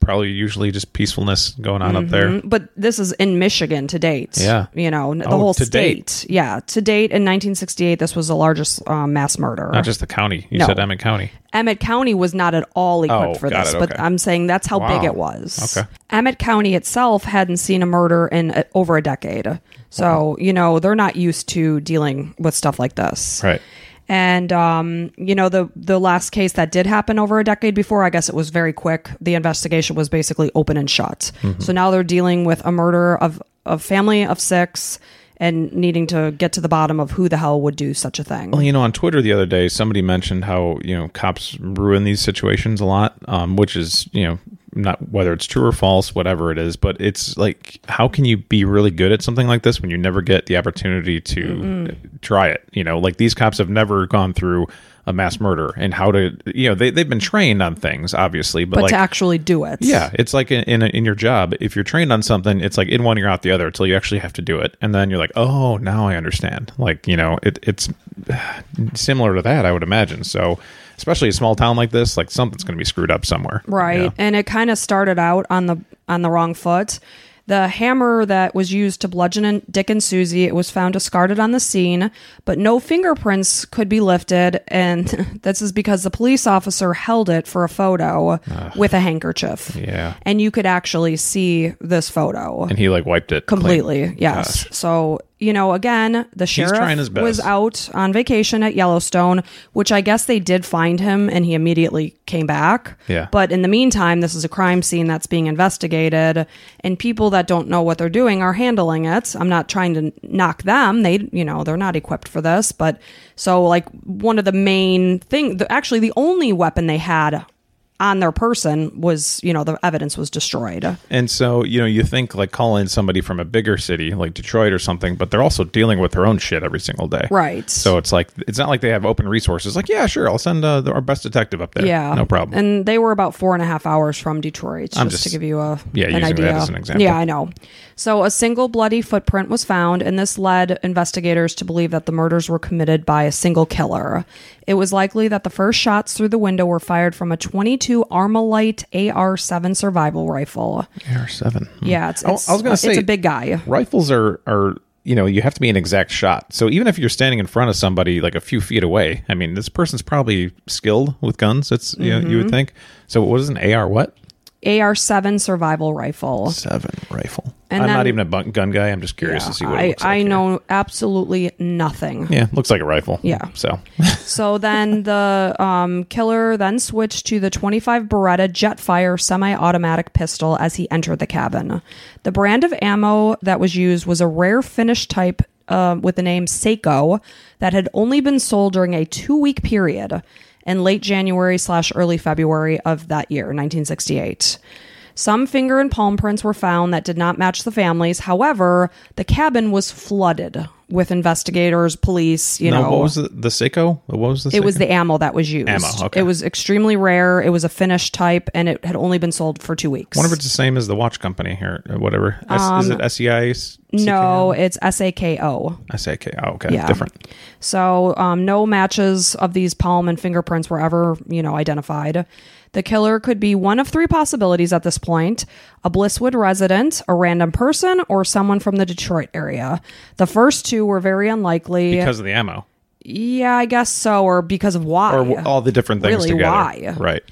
B: Probably usually just peacefulness going on up there.
A: but this is in Michigan to date.
B: Yeah.
A: you know the
B: Oh,
A: whole
B: to
A: state.
B: date.
A: Yeah, to date in 1968, this was the largest uh, mass murder.
B: Not just the county. You
A: No.
B: said Emmett County.
A: Emmett County was not at all equipped
B: Oh,
A: up for
B: got
A: this,
B: it,
A: but
B: okay.
A: I'm saying that's how
B: Wow.
A: big it was.
B: Okay.
A: Emmett County itself hadn't seen a murder in uh, over a decade. So, you know, they're not used to dealing with stuff like this.
B: Right.
A: And um, you know the the last case that did happen over a decade before, I guess it was very quick. The investigation was basically open and shut.
B: Mm-hmm.
A: So now they're dealing with a murder of a family of six and needing to get to the bottom of who the hell would do such a thing.
B: Well, you know, on Twitter the other day, somebody mentioned how you know cops ruin these situations a lot, um, which is you know not whether it's true or false, whatever it is, but it's like how can you be really good at something like this when you never get the opportunity to try it? You know, like these cops have never gone through a mass murder and how to you know they they've been trained on things obviously, but,
A: but
B: like
A: to actually do it,
B: yeah, it's like in in, in your job. If you're trained on something, it's like in one ear out the other until you actually have to do it, and then you're like, oh, now I understand. Like you know, it, it's [SIGHS] similar to that, I would imagine. So, especially a small town like this, like something's going to be screwed up somewhere,
A: right
B: Yeah.
A: and it kind of started out on the on the wrong foot the hammer that was used to bludgeon and dick and susie it was found discarded on the scene but no fingerprints could be lifted and [LAUGHS] this is because the police officer held it for a photo with a handkerchief
B: Yeah.
A: and you could actually see this photo
B: And he like wiped it clean.
A: completely yes so you know again the
B: trying his
A: sheriff
B: best.
A: was out on vacation at yellowstone which i guess they did find him and he immediately came back
B: Yeah.
A: but in the meantime this is a crime scene that's being investigated and people that don't know what they're doing are handling it i'm not trying to knock them they you know they're not equipped for this but so like one of the main thing the, actually the only weapon they had on their person was you know the evidence was destroyed
B: And so, you know, you think like call in somebody from a bigger city like Detroit or something, but they're also dealing with their own shit every single day.
A: Right.
B: So it's like, it's not like they have open resources. Like, yeah, sure, I'll send uh, our best detective up there.
A: Yeah,
B: No problem.
A: And they were about four and a half hours from Detroit, just,
B: I'm
A: to
B: just-
A: give you a
B: yeah,
A: an
B: using that
A: idea.
B: as an example.
A: Yeah, I know. So a single bloody footprint was found, and this led investigators to believe that the murders were committed by a single killer. It was likely that the first shots through the window were fired from a 22 Armalite AR-7 survival rifle.
B: AR seven. Hmm.
A: Yeah, it's,
B: I- I
A: it's,
B: was gonna
A: it's
B: say-
A: a big guy.
B: Rifles are are you know you have to be an exact shot. So even if you're standing in front of somebody like a few feet away, I mean this person's probably skilled with guns. It's you, know, you
A: Mm-hmm.
B: would think. So what is an AR? What
A: AR-7 survival rifle.
B: seven rifle?
A: And
B: I'm not
A: then-
B: even a bu- gun guy. I'm just curious to see what it
A: I,
B: looks like
A: I
B: here.
A: know absolutely nothing.
B: Yeah, looks like a rifle.
A: Yeah.
B: So [LAUGHS]
A: So then the um, killer then switched to the 25 Beretta Jetfire semi-automatic pistol as he entered the cabin. The brand of ammo that was used was a rare Finnish type uh, with the name Seiko that had only been sold during a two-week period in late January slash early February of that year, 1968. Some finger and palm prints were found that did not match the families. However, the cabin was flooded with investigators, police, you
B: now,
A: know
B: what was the, the Seiko? What was the?
A: it was the ammo that was used.
B: Ammo, okay.
A: It was extremely rare. It was a Finnish type, and it had only been sold for two weeks.
B: wonder if it's the same as the watch company here, or whatever. S- E is it SEI?
A: Um, no, it's SAKO.
B: SAK. Oh, okay,
A: Yeah.
B: different.
A: So um, no matches of these palm and fingerprints were ever, you know, identified. The killer could be one of three possibilities at this point: a Blisswood resident, a random person, or someone from the Detroit area. The first two were very unlikely.
B: Because of the ammo
A: yeah, I guess so, or because of why?
B: or w all the different things
A: Really,
B: together.
A: why?
B: Right.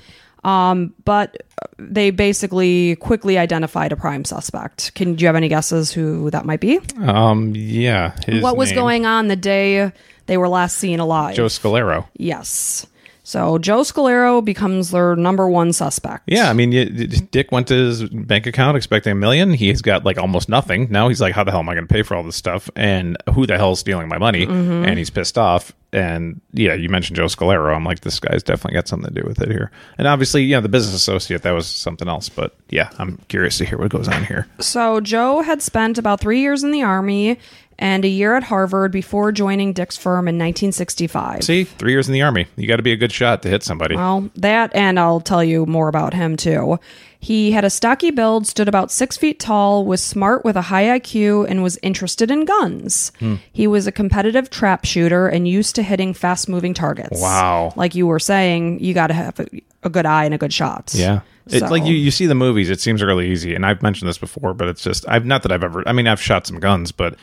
A: but uh, they basically quickly identified a prime suspect. Can do you have any guesses who that might be?
B: Um. Yeah. his
A: what was
B: name.
A: going on the day they were last seen alive?
B: Joe Scalero.
A: yes. So Joe Scalero becomes their number one suspect.
B: Yeah, I mean, you, Dick went to his bank account expecting a million. He's got like almost nothing. Now he's like, how the hell am I going to pay for all this stuff? And who the hell is stealing my money? And he's pissed off. And yeah, you mentioned Joe Scalero. I'm like, this guy's definitely got something to do with it here. And obviously, you know, the business associate, that was something else. But yeah, I'm curious to hear what goes on here.
A: So Joe had spent about three years in the army and a year at Harvard before joining Dick's firm in 1965.
B: See, three years in the army. You got to be a good shot to hit somebody.
A: Well, that, and I'll tell you more about him too. He had a stocky build, stood about six feet tall, was smart with a high IQ, and was interested in guns.
B: Hmm.
A: He was a competitive trap shooter and used to hitting fast moving targets.
B: Wow.
A: Like you were saying, you got to have a, a good eye and a good shot.
B: Yeah. It's
A: So-
B: like you, you see the movies, it seems really easy. And I've mentioned this before, but it's just I've not that I've ever I mean, I've shot some guns, but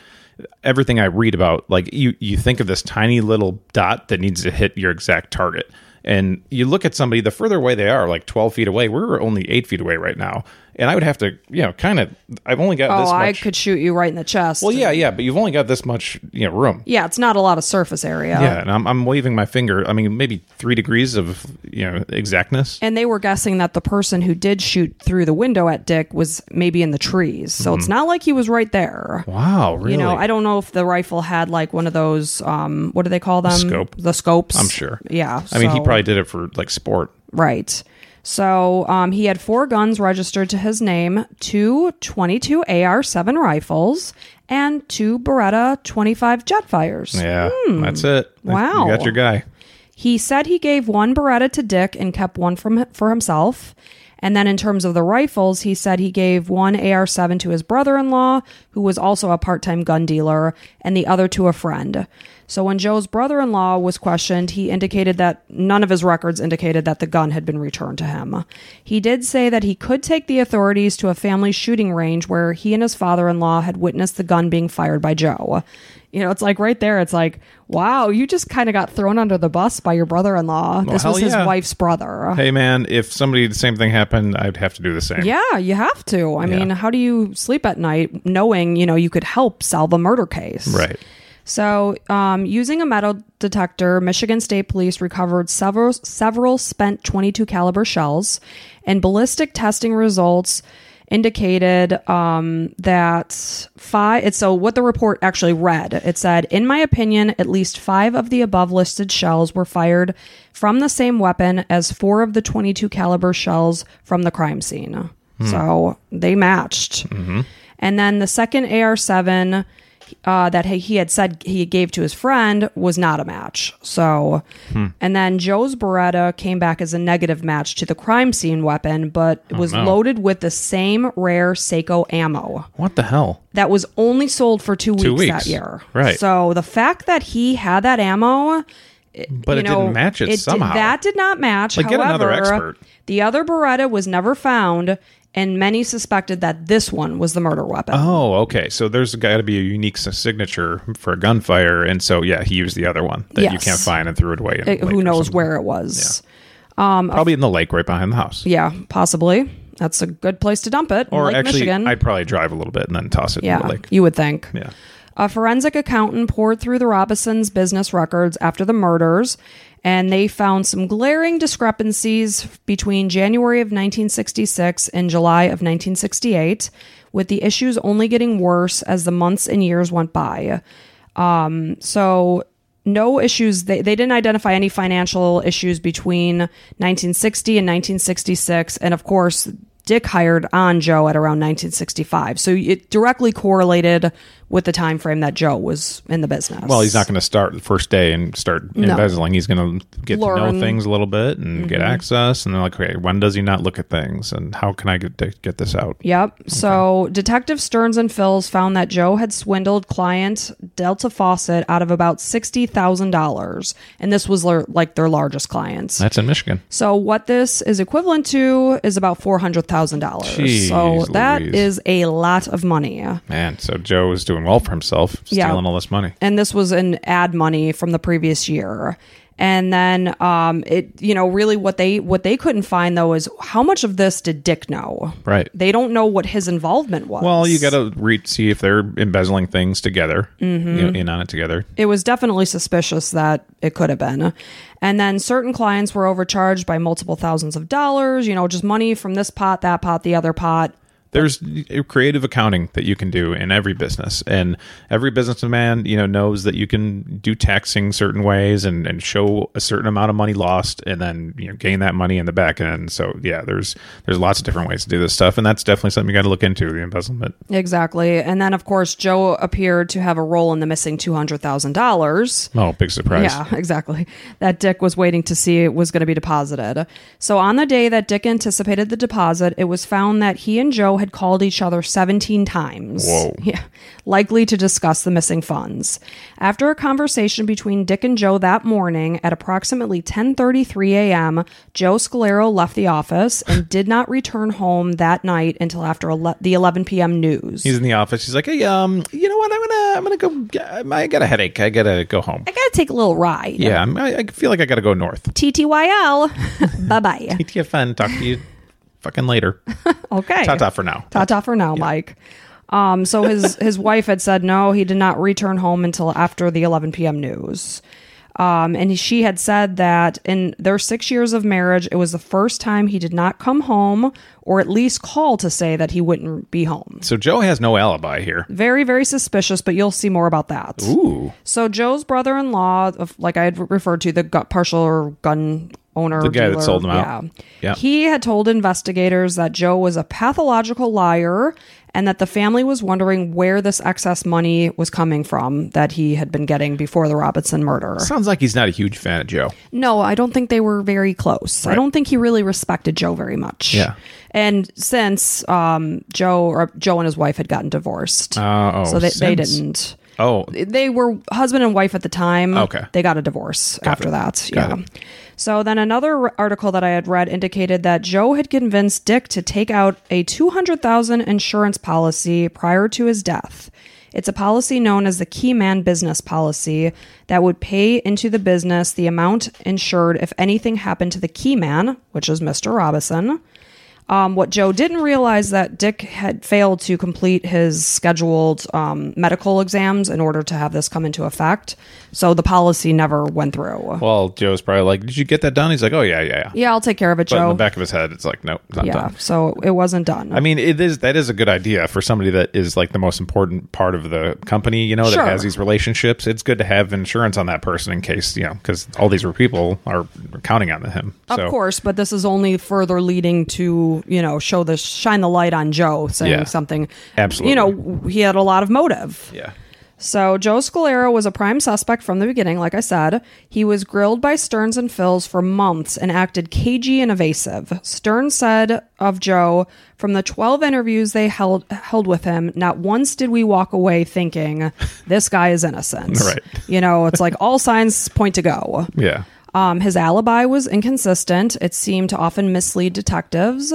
B: everything I read about, like you you think of this tiny little dot that needs to hit your exact target. And you look at somebody, the further away they are, like 12 feet away, we're only eight feet away right now. And I would have to, you know, kind of, I've only got
A: Oh,
B: this
A: I
B: much.
A: could shoot you right in the chest.
B: well, yeah, yeah, but you've only got this much, you know, room.
A: Yeah, it's not a lot of surface area.
B: Yeah, and I'm, I'm waving my finger. I mean, maybe three degrees of, you know, exactness.
A: And they were guessing that the person who did shoot through the window at Dick was maybe in the trees. So
B: Hmm.
A: it's not like he was right there.
B: Wow, really?
A: You know, I don't know if the rifle had like one of those um what do they call them?
B: Scope.
A: The scopes.
B: I'm sure.
A: Yeah.
B: I mean, he
A: so-
B: probably did it for like sport.
A: Right. So um, he had four guns registered to his name two 22 AR 7 rifles and two Beretta 25 Jetfires.
B: Yeah, that's it.
A: Hmm. Wow.
B: You got your guy.
A: He said he gave one Beretta to Dick and kept one from for himself. And then in terms of the rifles, he said he gave one AR-7 to his brother-in-law, who was also a part-time gun dealer, and the other to a friend. So when Joe's brother-in-law was questioned, he indicated that none of his records indicated that the gun had been returned to him. He did say that he could take the authorities to a family shooting range where he and his father-in-law had witnessed the gun being fired by Joe. You know, it's like right there, it's like, wow, you just kind of got thrown under the bus by your brother in law. this
B: hell
A: was his
B: yeah.
A: wife's brother.
B: Hey, man, if somebody the same thing happened, I'd have to do the same.
A: Yeah, you have to. I mean, how do you sleep at night knowing, you know, you could help solve a murder case?
B: Right.
A: So, um, using a metal detector, Michigan State Police recovered several several spent 22 caliber shells, and ballistic testing results indicated um, that five. It's so what the report actually read. It said, "In my opinion, at least five of the above listed shells were fired from the same weapon as four of the 22 caliber shells from the crime scene." So they matched. And then the second AR-7 uh, that he he had said he gave to his friend was not a match. So,
B: Hmm.
A: and then Joe's Beretta came back as a negative match to the crime scene weapon, but it was
B: Oh, no.
A: loaded with the same rare Seiko ammo
B: What the hell?
A: that was only sold for two weeks, that
B: weeks.
A: year.
B: Right.
A: So the fact that he had that ammo,
B: But
A: you
B: it
A: know,
B: didn't match it,
A: did-
B: somehow.
A: that did not match.
B: Like, get
A: However,
B: another expert.
A: the other Beretta was never found, and many suspected that this one was the murder weapon.
B: oh, okay. So there's got to be a unique s- signature for a gunfire, and so yeah, he used the other one that you
A: Yes.
B: can't find and threw it away. in the
A: It-
B: lake
A: Uh, who
B: or
A: knows
B: something.
A: where it was.
B: Probably in the lake right behind the house.
A: Yeah, possibly. That's a good place to dump it. in
B: Or
A: Lake
B: actually,
A: Michigan.
B: I'd probably drive a little bit and then toss it in
A: yeah,
B: the lake.
A: you would think.
B: Yeah.
A: A forensic accountant poured through the Robinsons' business records after the murders, and they found some glaring discrepancies between January of 1966 and July of 1968, with the issues only getting worse as the months and years went by. So no issues. They, they didn't identify any financial issues between 1960 and 1966. And of course, Dick hired on Joe at around 1965. So it directly correlated with the time frame that Joe was in the business.
B: Well, he's not going to start the first day and start embezzling. He's going to get to
A: Learn. Mm-hmm.
B: know things a little bit and get access, and then like, okay, when does he not look at things, and how can I get to get this out?
A: Yep. So Detective Stearns and Phils found that Joe had swindled client Delta Fawcett out of about $60,000. And this was lar- like their largest clients.
B: That's in Michigan.
A: So what this is equivalent to is about four hundred thousand dollars.
B: Jeez
A: So that
B: Louise.
A: is a lot of money.
B: Man, so Joe was doing well for himself, stealing
A: Yeah.
B: all this money.
A: And this was an ad money from the previous year. And then um, it you know, really what they what they couldn't find though is how much of this did Dick know?
B: Right.
A: They don't know what his involvement was.
B: Well, you got to re- see if they're embezzling things together,
A: Mm-hmm.
B: you know, in on it together.
A: it was definitely suspicious that it could have been. And then certain clients were overcharged by multiple thousands of dollars, you know, just money from this pot, that pot, the other pot.
B: There's creative accounting that you can do in every business, and every businessman, you know, knows that you can do taxing certain ways and, and show a certain amount of money lost, and then you know gain that money in the back end. So yeah, there's there's lots of different ways to do this stuff, and that's definitely something you got to look into the embezzlement.
A: Exactly. And then, of course, Joe appeared to have a role in the missing $200,000.
B: Oh, big surprise!
A: Yeah, [LAUGHS] exactly. That Dick was waiting to see it was going to be deposited. So, on the day that Dick anticipated the deposit, it was found that he and Joe had called each other 17 times.
B: Whoa.
A: [LAUGHS] Yeah, likely to discuss the missing funds. After a conversation between Dick and Joe that morning at approximately 10:33 a.m., Joe Scalero left the office and did not return home that night until after ele- the 11 p.m. news.
B: He's in the office. He's like, "Hey, um, you know what? I'm gonna, I'm gonna go. get- I got a headache. I gotta go home.
A: I gotta take a little ride.
B: Yeah, I'm, I, I feel like I gotta go north. [LAUGHS]
A: TTYL. bye bye.
B: Have fun. Talk to you, fucking later.
A: Okay.
B: Ta ta for now.
A: Tata for now, Mike. Um, so
B: [LAUGHS]
A: his his wife had said no, he did not return home until after the 11 p.m. news. Um, and she had said that in their six years of marriage, it was the first time he did not come home or at least call to say that he wouldn't be home.
B: So Joe has no alibi here.
A: Very, very suspicious, but you'll see more about that.
B: Ooh,
A: So Joe's brother-in-law, of- like I had referred to, the gu- partial or gun owner, the
B: guy that sold him out. Yeah.
A: he had told investigators that Joe was a pathological liar and that the family was wondering where this excess money was coming from that he had been getting before the Robinson murder.
B: sounds like he's not a huge fan of Joe.
A: No, I don't think they were very close. I don't think he really respected Joe very much.
B: Yeah.
A: and since um, Joe or Joe and his wife had gotten divorced,
B: Uh, oh,
A: so they, they
B: since-
A: didn't
B: Oh,
A: they were husband and wife at the time.
B: Okay.
A: They got a divorce after that.
B: Got
A: yeah. So then another article that I had read indicated that Joe had convinced Dick to take out a 200,000 insurance policy prior to his death. It's a policy known as the key man business policy that would pay into the business the amount insured if anything happened to the key man, which is Mr. Robinson. Um, what Joe didn't realize that Dick had failed to complete his scheduled um, medical exams in order to have this come into effect, so the policy never went through.
B: well, Joe's probably like, "Did you get that done?" He's like, "Oh yeah, yeah, yeah."
A: Yeah, I'll take care of it,
B: But in the
A: Joe.
B: back of his head, it's like, "Nope, it's not
A: Yeah,
B: done."
A: so it wasn't done.
B: I mean, it is that is a good idea for somebody that is like the most important part of the company. You know, that
A: Sure.
B: has these relationships. It's good to have insurance on that person in case you know, because all these people are counting on him.
A: of
B: so.
A: course, but this is only further leading to you know show the shine the light on Joe saying
B: Yeah.
A: something.
B: Absolutely.
A: you know he had a lot of motive.
B: Yeah.
A: So Joe Scalero was a prime suspect from the beginning, like I said. He was grilled by Stearns and Phils for months and acted cagey and evasive. Stearns said of Joe, from the 12 interviews they held held with him, not once did we walk away thinking this guy is innocent.
B: Right.
A: You know, it's like all signs point to go.
B: Yeah.
A: Um, his alibi was inconsistent. It seemed to often mislead detectives.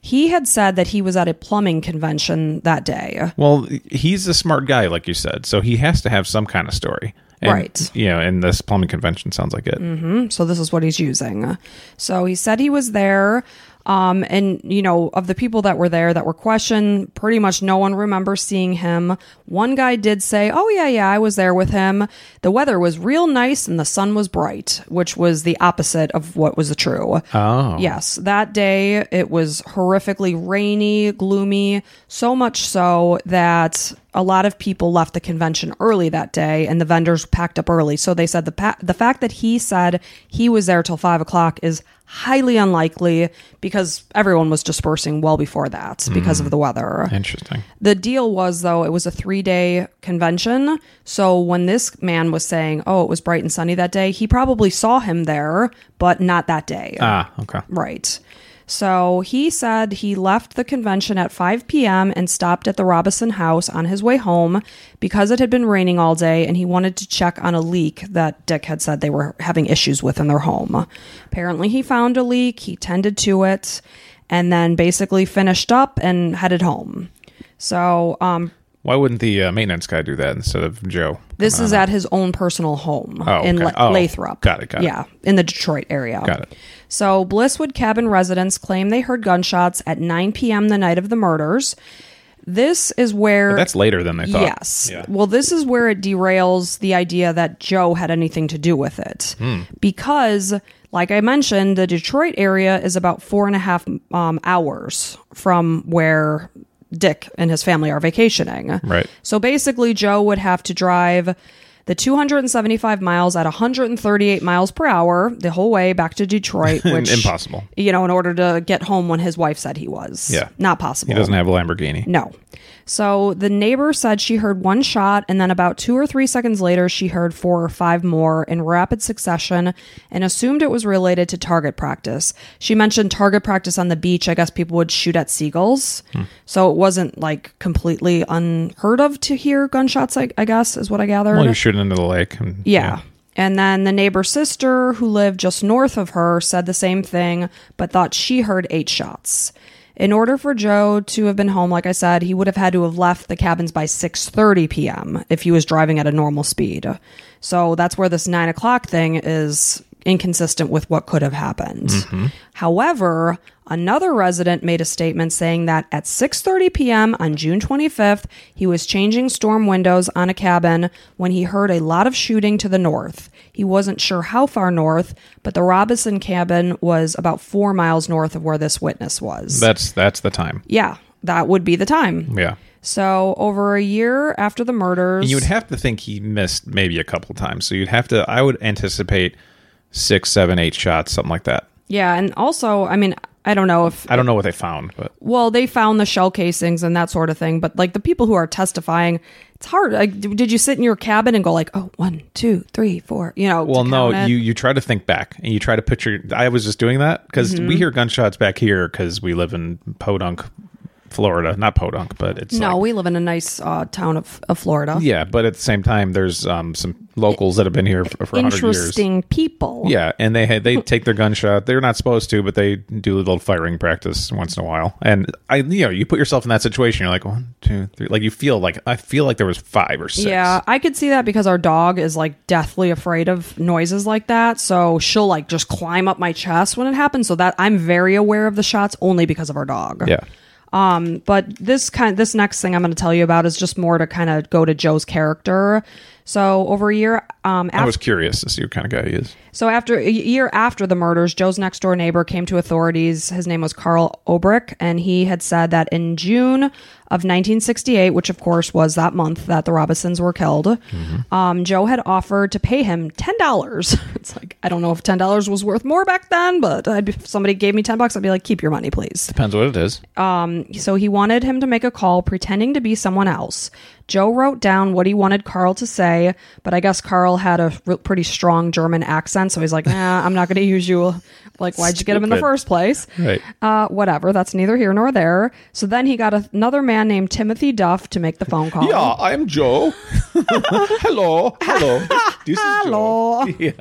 A: He had said that he was at a plumbing convention that day.
B: Well, he's a smart guy, like you said, so he has to have some kind of story. And,
A: Right. Mm-hmm.
B: You know, and this plumbing convention sounds like it.
A: So this is what he's using. So he said he was there. Um, and you know, of the people that were there that were questioned, pretty much no one remembers seeing him. One guy did say, "Oh yeah, yeah, I was there with him. The weather was real nice and the sun was bright," which was the opposite of what was true.
B: Oh.
A: Yes, that day it was horrifically rainy, gloomy, so much so that a lot of people left the convention early that day and the vendors packed up early. So they said the, pa- the fact that he said he was there till five o'clock is highly unlikely because everyone was dispersing well before that because of the weather.
B: Interesting.
A: The deal was though it was a 3-day convention, so when this man was saying, "Oh, it was bright and sunny that day," he probably saw him there, but not that day.
B: Ah, okay.
A: Right. So he said he left the convention at 5 p.m. and stopped at the Robison house on his way home because it had been raining all day and he wanted to check on a leak that Dick had said they were having issues with in their home. Apparently, he found a leak, he tended to it, and then basically finished up and headed home. So, um,
B: Why wouldn't the uh, maintenance guy do that instead of Joe?
A: this is at his own personal home
B: Uh-huh. Oh,
A: in
B: okay.
A: La-
B: Oh,
A: Lathrop.
B: got it, got it.
A: Yeah, in the Detroit area.
B: Got it.
A: So, Blisswood Cabin residents claim they heard gunshots at 9 p.m. the night of the murders. This is where.
B: That's later than they thought.
A: Yes.
B: Yeah.
A: Well, this is where it derails the idea that Joe had anything to do with it.
B: Hmm.
A: Because, like I mentioned, the Detroit area is about four and a half um, hours from where Dick and his family are vacationing.
B: Right.
A: So basically, Joe would have to drive the 275 miles at 138 miles per hour the whole way back to
B: [LAUGHS]
A: Detroit, which
B: Impossible.
A: You know, in order to get home when his wife said he was.
B: Yeah.
A: Not possible.
B: He doesn't have a Lamborghini.
A: No. So the neighbor said she heard one shot, and then about two or three seconds later, she heard four or five more in rapid succession and assumed it was related to target practice. She mentioned target practice on the beach. I guess people would shoot at seagulls. So it wasn't like completely unheard of to hear gunshots, I, I guess, is what I gathered.
B: Well, you're shooting into the lake. and-
A: Yeah. And then the neighbor's sister, who lived just north of her, said the same thing, but thought she heard eight shots. In order for Joe to have been home, like I said, he would have had to have left the cabins by 6:30 p.m. if he was driving at a normal speed. So that's where this nine o'clock thing is inconsistent with what could have happened. However, another resident made a statement saying that at 6:30 p.m. on June 25th, he was changing storm windows on a cabin when he heard a lot of shooting to the north. He wasn't sure how far north, but the Robinson cabin was about 4 miles north of where this witness was.
B: That's that's the time.
A: yeah, that would be the time.
B: Yeah.
A: So, over a year after the murders,
B: And you would have to think he missed maybe a couple times. So you'd have to. I would anticipate six, seven, eight shots, something like that.
A: yeah, and also, I mean, I don't know if
B: I don't know what they found, but
A: well they found the shell casings and that sort of thing but like the people who are testifying it's hard like d- did you sit in your cabin and go like oh one two three four you know
B: well,
A: to
B: no.
A: count it?
B: You you try to think back and you try to picture. I was just doing that because
A: Mm-hmm.
B: we hear gunshots back here because we live in Podunk, Florida. Not Podunk, but it's
A: no
B: like-
A: we live in a nice uh, town of, of florida
B: yeah, but at the same time, there's um, some locals that have been here for, for 100 years.
A: interesting people
B: Yeah, and they had, they take their gunshot. They're not supposed to, but they do a little firing practice once in a while. And I, you know, you put yourself in that situation. You're like one, two, three. Like you feel like I feel like there was five or six.
A: Yeah, I could see that because our dog is like deathly afraid of noises like that. So she'll like just climb up my chest when it happens. So that I'm very aware of the shots only because of our dog.
B: yeah.
A: Um, but this kind this next thing I'm going to tell you about is just more to kind of go to Joe's character. So over a year, um,
B: I
A: after,
B: was curious to see what kind of guy he is.
A: so after a year after the murders, Joe's next door neighbor came to authorities. His name was Carl Obrick, and he had said that in June of 1968, which of course was that month that the Robinsons were killed, um, Joe had offered to pay him ten dollars. [LAUGHS] it's like I don't know if ten dollars was worth more back then, but I'd be, if somebody gave me ten bucks, I'd be like, keep your money, please.
B: Depends what it is.
A: Uh, Um, So he wanted him to make a call pretending to be someone else. Joe wrote down what he wanted Carl to say, but I guess Carl had a r- pretty strong German accent, so he's like, nah, I'm not going to use you. Like, why'd you get him in the
B: Stupid.
A: first place?
B: Right.
A: Uh, whatever. That's neither here nor there. So then he got a- another man named Timothy Duff to make the phone call.
B: I'm Joe. [LAUGHS] hello, hello. This is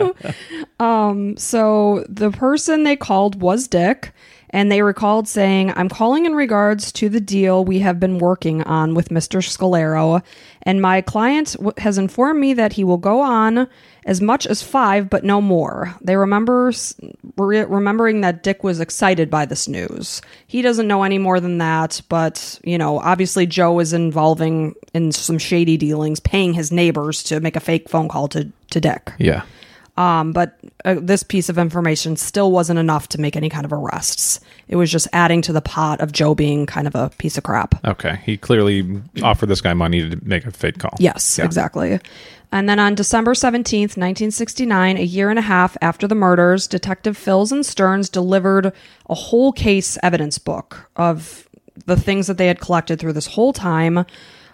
A: Hello. So the person they called was Dick, and they recalled saying, I'm calling in regards to the deal we have been working on with Mr. Scalero, and my client w- has informed me that he will go on as much as five, but no more. They remember s- re- remembering that Dick was excited by this news. He doesn't know any more than that, but, you know, obviously Joe is involving in some shady dealings, paying his neighbors to make a fake phone call to, to Dick.
B: Yeah.
A: Um, but uh, this piece of information still wasn't enough to make any kind of arrests. It was just adding to the pot of Joe being kind of a piece of crap.
B: Okay. He clearly offered this guy money to make a fake call.
A: Yes,
B: Yeah.
A: exactly. And then on December 17th, 1969, a year and a half after the murders, Detective Phils and Stearns delivered a whole case evidence book of the things that they had collected through this whole time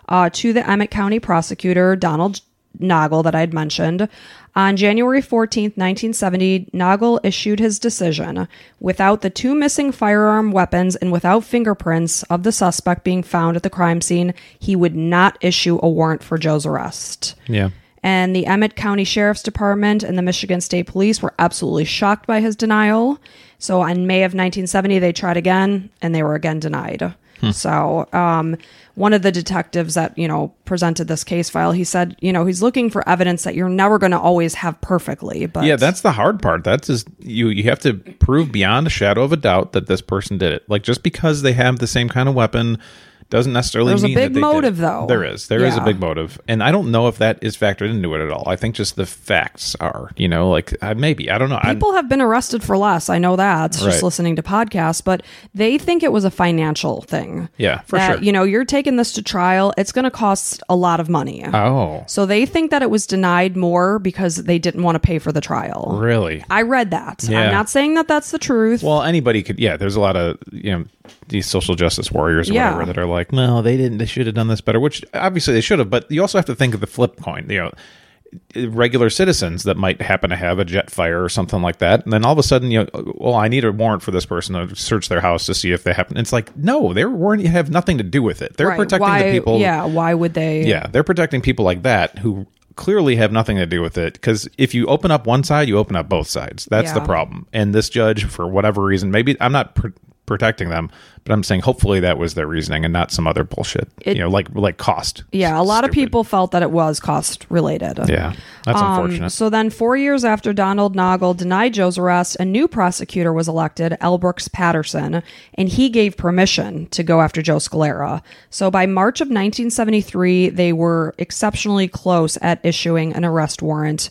A: uh, to the Emmett County prosecutor, Donald Noggle, that I had mentioned. On January 14th, 1970, Noggle issued his decision. Without the two missing firearm weapons and without fingerprints of the suspect being found at the crime scene, he would not issue a warrant for Joe's arrest.
B: Yeah.
A: And the Emmett County Sheriff's Department and the Michigan State Police were absolutely shocked by his denial. So in May of 1970, they tried again and they were again denied.
B: Hmm.
A: So um, one of the detectives that you know presented this case file, he said, you know, he's looking for evidence that you're never going to always have perfectly. But
B: Yeah, that's the hard part. That's just you you have to prove beyond a shadow of a doubt that this person did it. Like just because they have the same kind of weapon doesn't necessarily
A: There's a
B: mean
A: big
B: that they did
A: motive,
B: it.
A: though.
B: There is. there is a
A: Yeah.
B: big motive. And I don't know if that is factored into it at all. I think just the facts are, you know, like uh, maybe. I don't know. I'm-
A: People have been arrested for less. I know that. It's
B: Right.
A: just listening to podcasts, but they think it was a financial thing.
B: Yeah, for
A: that,
B: sure.
A: You know, you're taking this to trial. It's going to cost a lot of money.
B: oh,
A: so they think that it was denied more because they didn't want to pay for the trial.
B: really?
A: I read that.
B: Yeah.
A: I'm not saying that that's the truth.
B: Well, anybody could. Yeah, there's a lot of you know these social justice warriors or
A: Yeah.
B: whatever that are like, no, they didn't. They should have done this better. Which obviously they should have. But you also have to think of the flip coin. You know, regular citizens that might happen to have a jet fire or something like that, and then all of a sudden, you know, well, I need a warrant for this person to search their house to see if they happen. It's like, no, their warrant have nothing to do with it. They're
A: Right.
B: protecting
A: why,
B: the people.
A: Yeah. Why would they?
B: Yeah, they're protecting people like that who clearly have nothing to do with it because if you open up one side, you open up both sides. That's the
A: Yeah.
B: problem. And this judge, for whatever reason, maybe I'm not pr- protecting them, but I'm saying hopefully that was their reasoning and not some other bullshit. you know, like like cost.
A: Yeah, a lot of
B: Stupid.
A: people felt that it was cost related.
B: Yeah, that's
A: Um,
B: unfortunate.
A: so then, four years after Donald Noggle denied Joe's arrest, a new prosecutor was elected, L. Brooks Patterson, and he gave permission to go after Joe Scalera. So by March of 1973, they were exceptionally close at issuing an arrest warrant.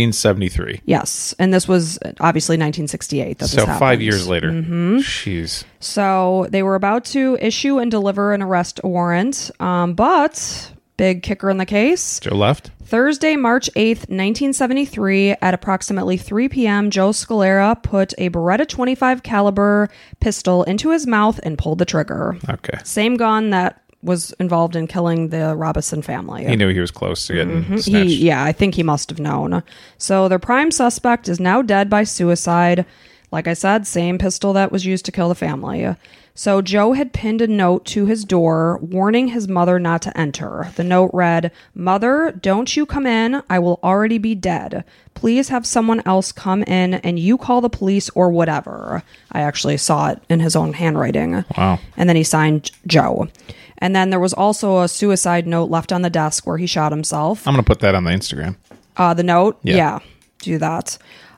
B: 1973.
A: Yes, and this was uh, obviously 1968. That
B: So
A: this Mm-hmm.
B: five
A: happened.
B: years later. Jeez.
A: So they were about to issue and deliver an arrest warrant, um, but big kicker in the case.
B: Joe left.
A: Thursday, March 8th, 1973, at approximately 3 p.m., Joe Scalera put a Beretta 25 caliber pistol into his mouth and pulled the trigger.
B: Okay.
A: Same gun that was involved in killing the Robison family.
B: He knew he was close to getting snatched.
A: Mm-hmm. He, yeah, I think he must have known. So their prime suspect is now dead by suicide. Like I said, same pistol that was used to kill the family. So Joe had pinned a note to his door warning his mother not to enter. The note read, Mother, don't you come in. I will already be dead. Please have someone else come in and you call the police or whatever. I actually saw it in his own handwriting.
B: Wow.
A: And then he signed Joe. And then there was also a suicide note left on the desk where he shot himself.
B: I'm gonna put that on the Instagram.
A: Uh, the note?
B: Yeah.
A: Yeah. do that.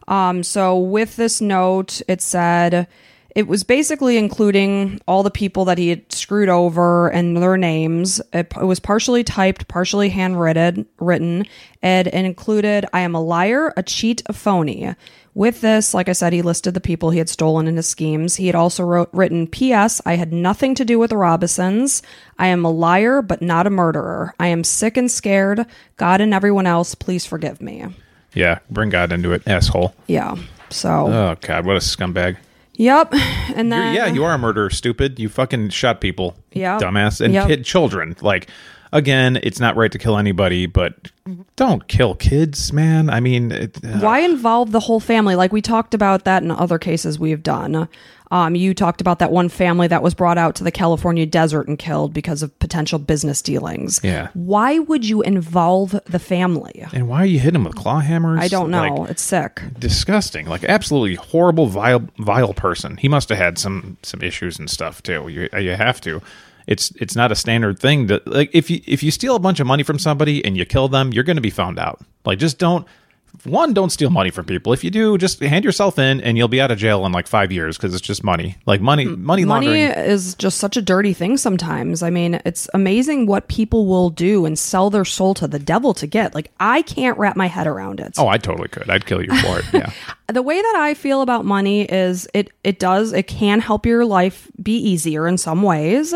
A: Um, so with this note, it said it was basically including all the people that he had screwed over and their names. It, it was partially typed, partially handwritten, written, and it included I am a liar, a cheat, a phony. With this, like I said, he listed the people he had stolen in his schemes. He had also wrote, written, P.S. I had nothing to do with the Robisons. I am a liar, but not a murderer. I am sick and scared. God and everyone else, please forgive me.
B: Yeah, bring God into it, asshole.
A: Yeah. So,
B: Oh God, what a scumbag.
A: yep. And
B: You're-
A: then,
B: yeah, you are a murderer, stupid. You fucking shot people,
A: Yeah.
B: dumbass, and
A: Yep.
B: kid children. Like, again, it's not right to kill anybody, but don't kill kids, man. I mean, it, uh,
A: why involve the whole family? Like we talked about that in other cases we've done. Um, you talked about that one family that was brought out to the California desert and killed because of potential business dealings.
B: Yeah.
A: Why would you involve the family?
B: and why are you hitting them with claw hammers?
A: I don't know.
B: Like,
A: it's sick.
B: disgusting. Like, absolutely horrible, vile, vile person. He must have had some some issues and stuff too. You you have to. It's it's not a standard thing to like if you if you steal a bunch of money from somebody and you kill them, you're going to be found out. Like, just don't. one don't steal money from people if you do just hand yourself in and you'll be out of jail in like five years because it's just money like money
A: Money
B: money laundering
A: is just such a dirty thing sometimes. I mean, it's amazing what people will do and sell their soul to the devil to get. Like, I can't wrap my head around it.
B: oh i totally could i'd kill you for it yeah
A: the way that I feel about money is it it does it can help your life be easier in some ways.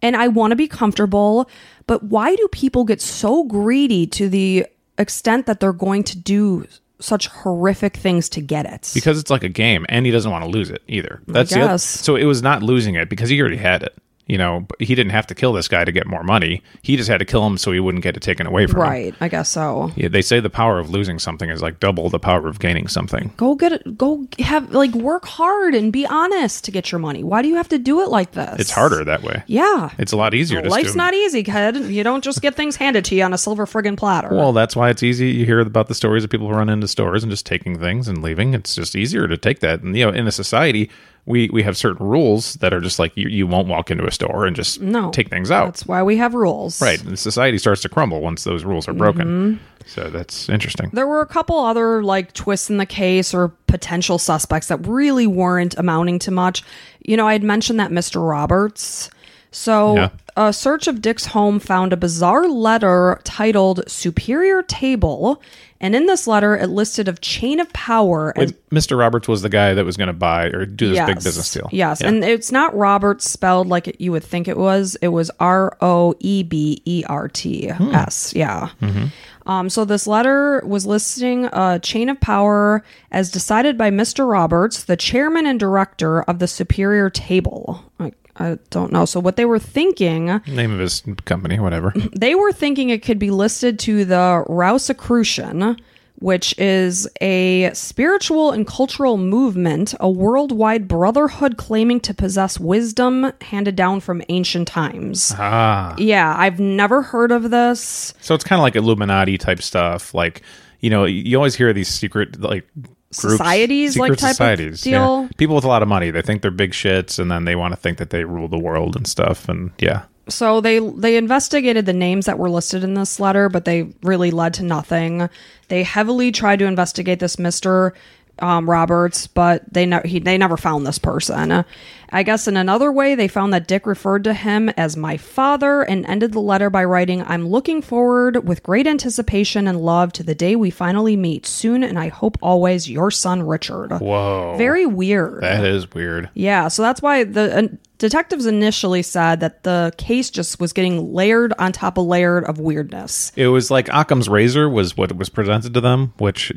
A: And I want to be comfortable, but why do people get so greedy to the extent that they're going to do such horrific things to get it?
B: because it's like a game and he doesn't want to lose it either that's the oth-
A: guess.
B: so it was not losing it because he already had it you know but he didn't have to kill this guy to get more money he just had to kill him so he wouldn't get it taken away from him.
A: right, I guess so.
B: Yeah, they say the power of losing something is like double the power of gaining something
A: Go get it, go have like work hard and be honest to get your money. Why do you have to do it like this?
B: it's harder that way
A: Yeah.
B: it's a lot easier to
A: Life's
B: steal.
A: not easy, kid. You don't just get things handed to you on a silver friggin' platter.
B: Well, that's why it's easy. You hear about the stories of people who run into stores and just taking things and leaving. It's just easier to take that. And you know, in a society, we we have certain rules that are just like you, you won't walk into a store and just
A: No.
B: take things out.
A: That's why we have rules.
B: right. And society starts to crumble once those rules are broken.
A: Mm-hmm.
B: So that's interesting.
A: There were a couple other like twists in the case or potential suspects that really weren't amounting to much. You know, I had mentioned that Mr. Roberts. So,
B: Yeah.
A: a search of Dick's home found a bizarre letter titled Superior Table, and in this letter it listed of chain of power as
B: Mr. Roberts was the guy that was going to buy or do this big
A: Yes.
B: business deal.
A: Yes,
B: Yeah.
A: and it's not Robert spelled like it, you would think it was. It was R O E B E R T S.
B: Hmm.
A: Yeah.
B: Mm-hmm.
A: Um, so this letter was listing a chain of power as decided by Mr. Roberts, the chairman and director of the Superior Table. Like, I don't know. So what they were thinking,
B: name of his company, whatever. [LAUGHS]
A: they were thinking it could be listed to the Rosicrucian, which is a spiritual and cultural movement, a worldwide brotherhood claiming to possess wisdom handed down from ancient times.
B: ah,
A: Yeah, I've never heard of this.
B: so it's kind of like Illuminati type stuff. Like you know, you always hear these secret like groups,
A: Societies, like,
B: secret
A: type of
B: yeah.
A: deal?
B: People with a lot of money, they think they're big shits, and then they want to think that they rule the world and stuff. And yeah,
A: so they they investigated the names that were listed in this letter, but they really led to nothing. They heavily tried to investigate this Mister um, Roberts, but they ne- he, they never found this person. I guess in another way, they found that Dick referred to him as my father and ended the letter by writing, "I'm looking forward with great anticipation and love to the day we finally meet soon, and I hope always your son Richard."
B: whoa,
A: Very weird.
B: that is weird.
A: Yeah, so that's why the uh, detectives initially said that the case just was getting layered on top of layered of weirdness.
B: It was like Occam's Razor was what was presented to them, which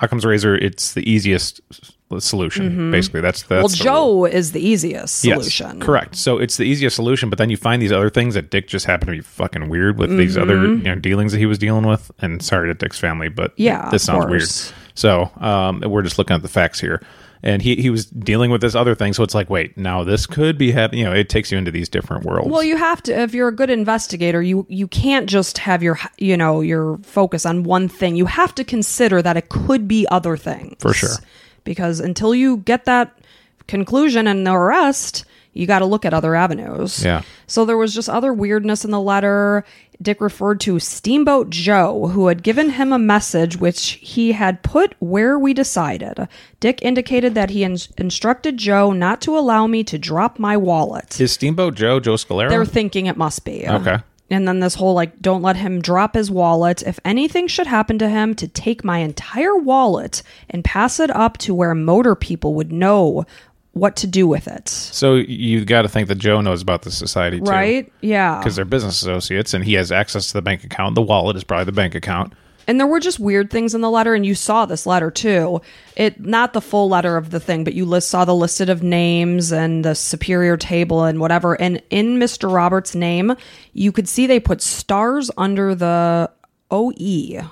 B: Occam's Razor, it's the easiest s- solution. Basically, that's that's
A: Mm-hmm. well, Joe
B: the
A: is the easiest solution.
B: Yes, correct. So it's the easiest solution, but then you find these other things that Dick just happened to be fucking weird with these other you know, dealings that he was dealing with. And sorry to Dick's family, but
A: Mm-hmm. Yeah,
B: this
A: of
B: sounds weird.
A: course.
B: So um, we're just looking at the facts here. And he, he was dealing with this other thing. So it's like, wait, now this could be happening. You know, it takes you into these different worlds.
A: Well, you have to if you're a good investigator, you you can't just have your you know, your focus on one thing. You have to consider that it could be other things.
B: For sure.
A: Because until you get that conclusion and the arrest, you got to look at other avenues.
B: Yeah.
A: So there was just other weirdness in the letter. Dick referred to Steamboat Joe, who had given him a message which he had put where we decided. Dick indicated that he in- instructed Joe not to allow me to drop my wallet
B: Is Steamboat Joe Joe Scalera?
A: they're thinking it must be.
B: Okay.
A: And then this whole like, don't let him drop his wallet. If anything should happen to him, to take my entire wallet and pass it up to where motor people would know what to do with it.
B: so you got to think that Joe knows about the society too.
A: Right? Yeah.
B: Because they're business associates and he has access to the bank account. The wallet is probably the bank account.
A: And there were just weird things in the letter, and you saw this letter too. It not the full letter of the thing, but you list saw the listed of names and the superior table and whatever. And in Mr. Roberts' name, you could see they put stars under the OE.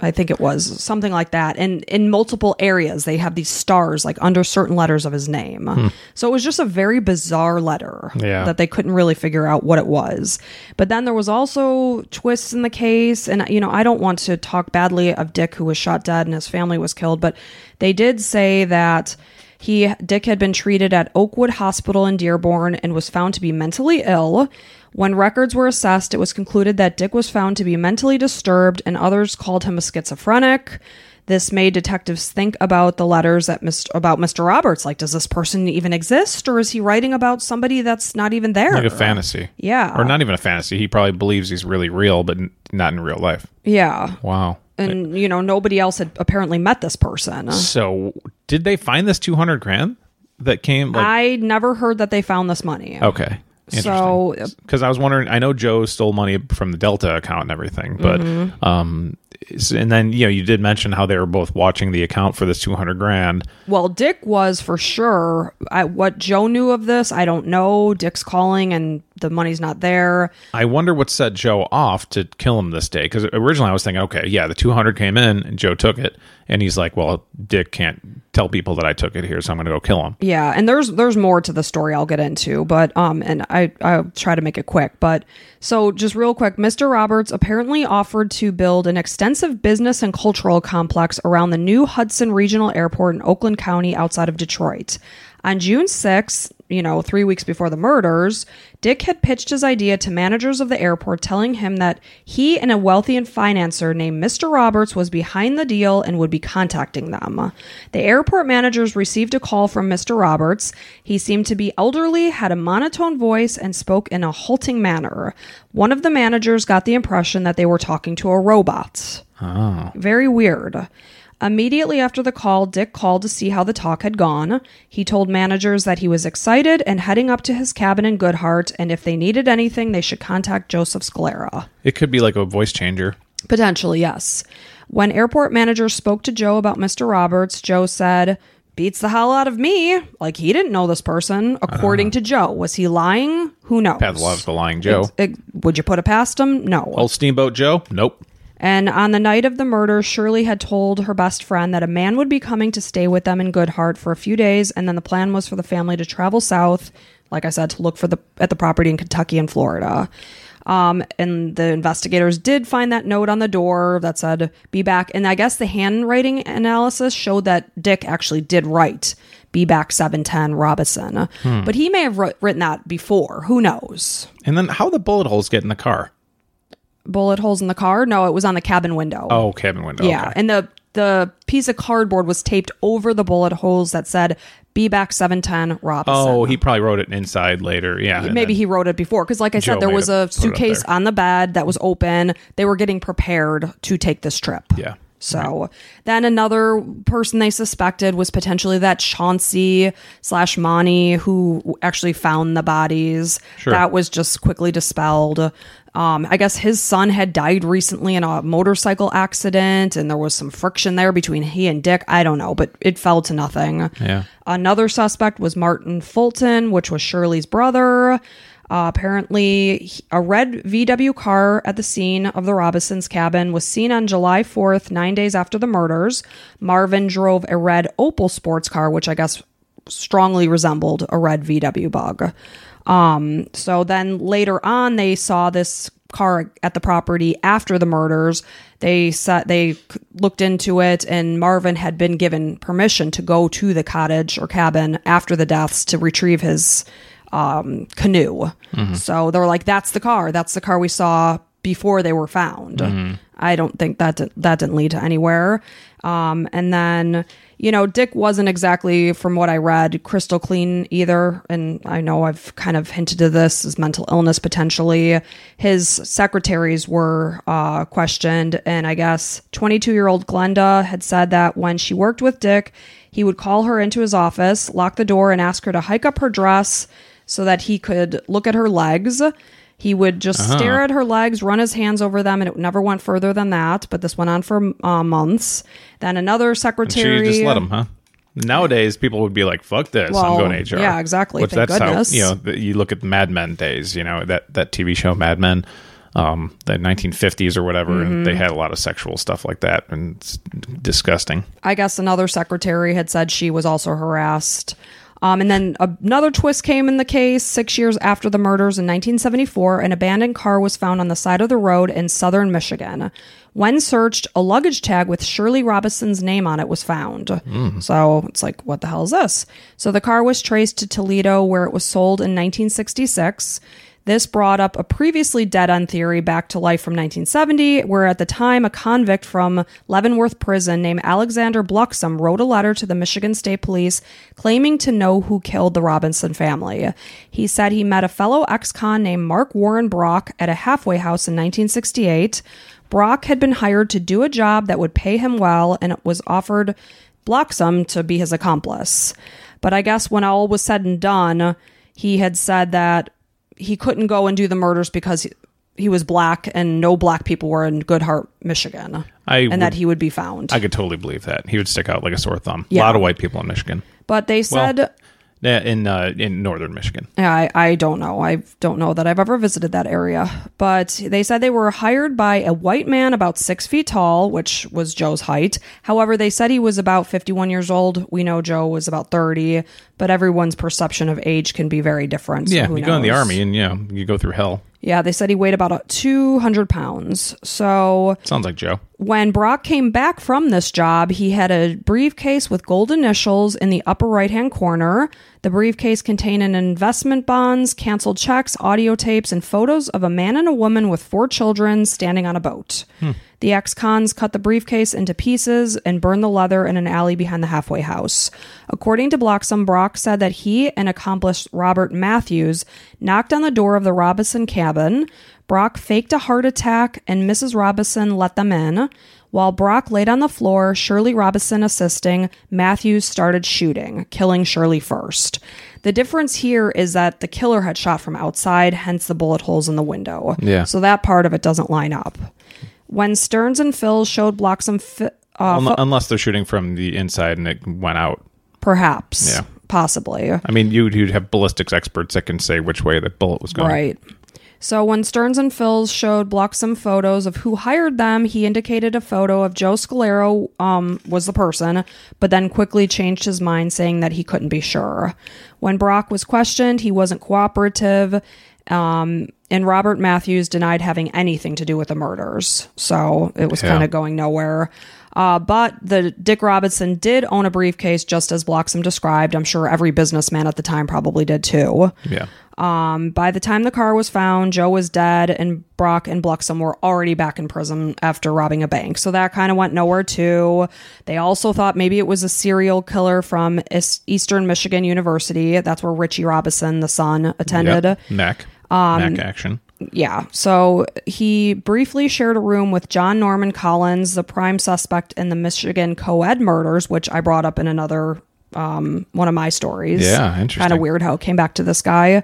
A: I think it was something like that. And in multiple areas, they have these stars like under certain letters of his name. So it was just a very bizarre letter
B: Yeah.
A: that they couldn't really figure out what it was. But then there was also twists in the case. And, you know, I don't want to talk badly of Dick, who was shot dead and his family was killed, but they did say that. He Dick had been treated at Oakwood Hospital in Dearborn and was found to be mentally ill. When records were assessed, it was concluded that Dick was found to be mentally disturbed, and others called him a schizophrenic. This made detectives think about the letters that Mr. about Mr. Roberts. Like, does this person even exist, or is he writing about somebody that's not even there?
B: Like a fantasy.
A: Yeah.
B: Or not even a fantasy. He probably believes he's really real, but n- not in real life.
A: Yeah.
B: Wow.
A: And you know, nobody else had apparently met this person.
B: So, did they find this 200 grand that came? Like, Oh,
A: I never heard that they found this money.
B: okay.
A: So-
B: because I was wondering, I know Joe stole money from the Delta account and everything, but,
A: Mm-hmm.
B: um, s- and then, you know, you did mention how they were both watching the account for this 200 grand.
A: Well, Dick was for sure. I, what Joe knew of this, I don't know. Dick's calling and the money's not there.
B: I wonder what set Joe off to kill him this day. Because originally I was thinking, okay, yeah, the 200 came in and Joe took it. And he's like, well, Dick can't tell people that I took it here, so I'm going to go kill him.
A: Yeah, and there's there's more to the story I'll get into, but um and I I'll try to make it quick, but so just real quick, Mr. Roberts apparently offered to build an extensive business and cultural complex around the new Hudson Regional Airport in Oakland County outside of Detroit. On June 6, you know, three weeks before the murders, Dick had pitched his idea to managers of the airport, telling him that he and a wealthy financer named Mr. Roberts was behind the deal and would be contacting them. The airport managers received a call from Mr. Roberts. He seemed to be elderly, had a monotone voice, and spoke in a halting manner. One of the managers got the impression that they were talking to a robot. Very weird. Immediately after the call, Dick called to see how the talk had gone. He told managers that he was excited and heading up to his cabin in Goodhart, and if they needed anything, they should contact Joseph Sclera.
B: It could be like a voice changer.
A: Potentially, yes. When airport manager spoke to Joe about Mr. Roberts, Joe said, Beats the hell out of me. Like, he didn't know this person, according to Joe. Was he lying? Who knows?
B: Pathological lying Joe.
A: It- would you put it past him? No.
B: Old Steamboat Joe? Nope.
A: And on the night of the murder, Shirley had told her best friend that a man would be coming to stay with them in Goodhart for a few days, and then the plan was for the family to travel south, like I said, to look for the at the property in Kentucky and Florida. Um, and the investigators did find that note on the door that said "Be back." And I guess the handwriting analysis showed that Dick actually did write "Be back 710 Robinson," but he may have wr- written that before. Who knows?
B: And then how the bullet holes get in the car?
A: Bullet holes in the car? No, it was on the cabin window.
B: Oh, cabin window.
A: Yeah,
B: Okay.
A: and the the piece of cardboard was taped over the bullet holes that said "Be back 710 Robinson."
B: Oh, he probably wrote it inside later. Yeah. and
A: maybe
B: then-
A: he wrote it before because, like I
B: Joe
A: said, there
B: might
A: was
B: have
A: a
B: put it up
A: suitcase
B: there.
A: on the bed that was open. They were getting prepared to take this trip.
B: Yeah.
A: So then another person they suspected was potentially that Chauncey slash Monty who actually found the bodies.
B: Sure.
A: That was just quickly dispelled. Um, I guess his son had died recently in a motorcycle accident, and there was some friction there between he and Dick. I don't know, but it fell to nothing.
B: Yeah.
A: Another suspect was Martin Fulton, which was Shirley's brother. Uh, apparently, he- a red VW car at the scene of the Robinson's cabin was seen on July 4th, nine days after the murders. Marvin drove a red Opel sports car, which I guess strongly resembled a red VW bug. Um, so then later on, they saw this car at the property after the murders. They said they c- looked into it, and Marvin had been given permission to go to the cottage or cabin after the deaths to retrieve his um, canoe. So they were like, "That's the car. That's the car we saw before they were found." I don't think that di- that didn't lead to anywhere. Um, and then you know, Dick wasn't exactly, from what I read, crystal clean either. And I know I've kind of hinted to this his mental illness potentially. His secretaries were uh, questioned, and I guess 22 year old Glenda had said that when she worked with Dick, he would call her into his office, lock the door, and ask her to hike up her dress so that he could look at her legs. He would just stare at her legs, run his hands over them, and it never went further than that. But this went on for uh, months. Then another
B: So
A: secretary.
B: you just let him, huh? Nowadays, people would be like, "Fuck this!
A: Well,
B: I'm going to HR."
A: yeah, exactly.
B: Which
A: Thank
B: that's
A: goodness.
B: how you know that you look at the Mad Men days. You know that that TV show Mad Men, um, the 1950s or whatever, and
A: Mm-hmm.
B: they had a lot of sexual stuff like that, and it's disgusting.
A: I guess another secretary had said she was also harassed. Um, and then another twist came in the case six years after the murders in 1974. An abandoned car was found on the side of the road in southern Michigan. When searched, a luggage tag with Shirley Robinson's name on it was found.
B: Hmm.
A: So it's like, what the hell is this? So the car was traced to Toledo, where it was sold in 1966. This brought up a previously dead end theory back to life from 1970, where at the time a convict from Leavenworth Prison named Alexander Bluxom wrote a letter to the Michigan State Police claiming to know who killed the Robinson family. He said he met a fellow ex con named Mark Warren Brock at a halfway house in 1968. Brock had been hired to do a job that would pay him well and was offered Bloxam to be his accomplice. But I guess when all was said and done, he had said that he couldn't go and do the murders because he, he was black and no black people were in Goodhart, Michigan,
B: I
A: and
B: would-
A: that he would be found.
B: I could totally believe that he would stick out like a sore thumb.
A: Yeah.
B: A lot of white people in Michigan,
A: but they said.
B: Yeah, in uh, in northern Michigan.
A: Yeah, I, I don't know. I don't know that I've ever visited that area. But they said they were hired by a white man about six feet tall, which was Joe's height. However, they said he was about 51 years old. We know Joe was about 30, but everyone's perception of age can be very different. so
B: Yeah,
A: who
B: you go in the
A: knows?
B: army, and you know you go through hell.
A: Yeah, they said he weighed about uh, 200 pounds. So
B: Sounds like Joe.
A: When Brock came back from this job, he had a briefcase with gold initials in the upper right hand corner. The briefcase contained an investment bonds, canceled checks, audio tapes, and photos of a man and a woman with four children standing on a boat. The ex cons cut the briefcase into pieces and burned the leather in an alley behind the halfway house. According to Bloxham, Brock said that he and accomplice Robert Matthews knocked on the door of the Robinson cabin. Brock faked a heart attack and Mrs. Robinson let them in. While Brock laid on the floor, Shirley Robinson assisting, Matthews started shooting, killing Shirley first. The difference here is that the killer had shot from outside, hence the bullet holes in the window.
B: Yeah.
A: So that part of it doesn't line up. When Stearns and Phil showed Bloxham fi- uh,
B: Un-
A: fo-
B: unless they're shooting from the inside and it went out.
A: perhaps,
B: Yeah.
A: possibly.
B: I mean, you'd, you'd have ballistics experts that can say which way the bullet was going.
A: Right. So when Stearns and Phils showed Block some photos of who hired them, he indicated a photo of Joe Scalero um, was the person, but then quickly changed his mind, saying that he couldn't be sure. When Brock was questioned, he wasn't cooperative, um, and Robert Matthews denied having anything to do with the murders. So it was
B: Yeah.
A: kind of going nowhere. Uh, but the Dick Robinson did own a briefcase, just as Bloxham described. I'm sure every businessman at the time probably did too.
B: Yeah.
A: Um, by the time the car was found, Joe was dead, and Brock and Bluxom were already back in prison after robbing a bank. So that kind of went nowhere, too. They also thought maybe it was a serial killer from Eas- Eastern Michigan University. That's where Richie Robinson, the son, attended.
B: Yep. Neck. Um, Neck action.
A: Yeah. So he briefly shared a room with John Norman Collins, the prime suspect in the Michigan co ed murders, which I brought up in another. Um, one of my stories.
B: Yeah, interesting.
A: Kind of weird how it came back to this guy.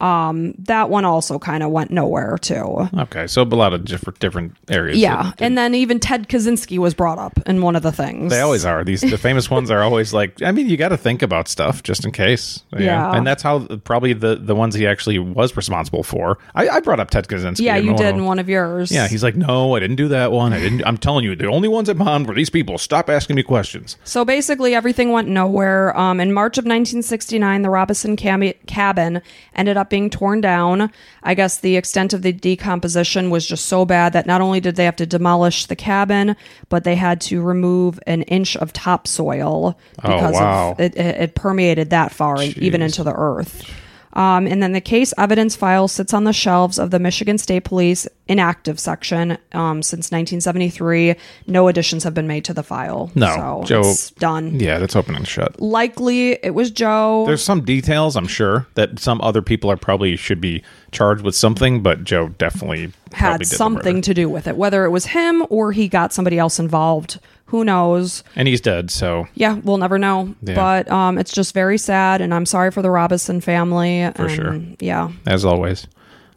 A: Um, that one also kind of went nowhere too.
B: Okay, so a lot of different different areas.
A: Yeah,
B: that-
A: and then even Ted Kaczynski was brought up in one of the things.
B: They always are. These the famous ones are always like. I mean, you got to think about stuff just in case.
A: Yeah.
B: and that's how probably the the ones he actually was responsible for. I, I brought up Ted Kaczynski.
A: Yeah,
B: in
A: you
B: one
A: did
B: of-
A: in one of yours.
B: Yeah, he's like, no, I didn't do that one. I didn't. I'm telling you, the only ones I bombed were these people. Stop asking me questions.
A: So basically, everything went nowhere. Um, in March of 1969, the Robinson cam- cabin ended up being torn down. I guess the extent of the decomposition was just so bad that not only did they have to demolish the cabin, but they had to remove an inch of topsoil because
B: Oh, wow.
A: of, it, it, it permeated that far, and even
B: Jeez.
A: into the earth. Um, and then the case evidence file sits on the shelves of the Michigan State Police inactive section um, since 1973. No additions have been made to the file.
B: No,
A: so
B: Joe-
A: it's done.
B: Yeah, that's open and shut.
A: Likely it was Joe.
B: There's some details, I'm sure, that some other people are probably should be charged with something, but Joe definitely probably
A: had
B: did the
A: something
B: murder.
A: to do with it, whether it was him or he got somebody else involved. Who knows?
B: and he's dead. So
A: Yeah, we'll never know.
B: Yeah.
A: But um, it's just very sad, and I'm sorry for the Robinson family. For
B: sure.
A: Yeah.
B: as always,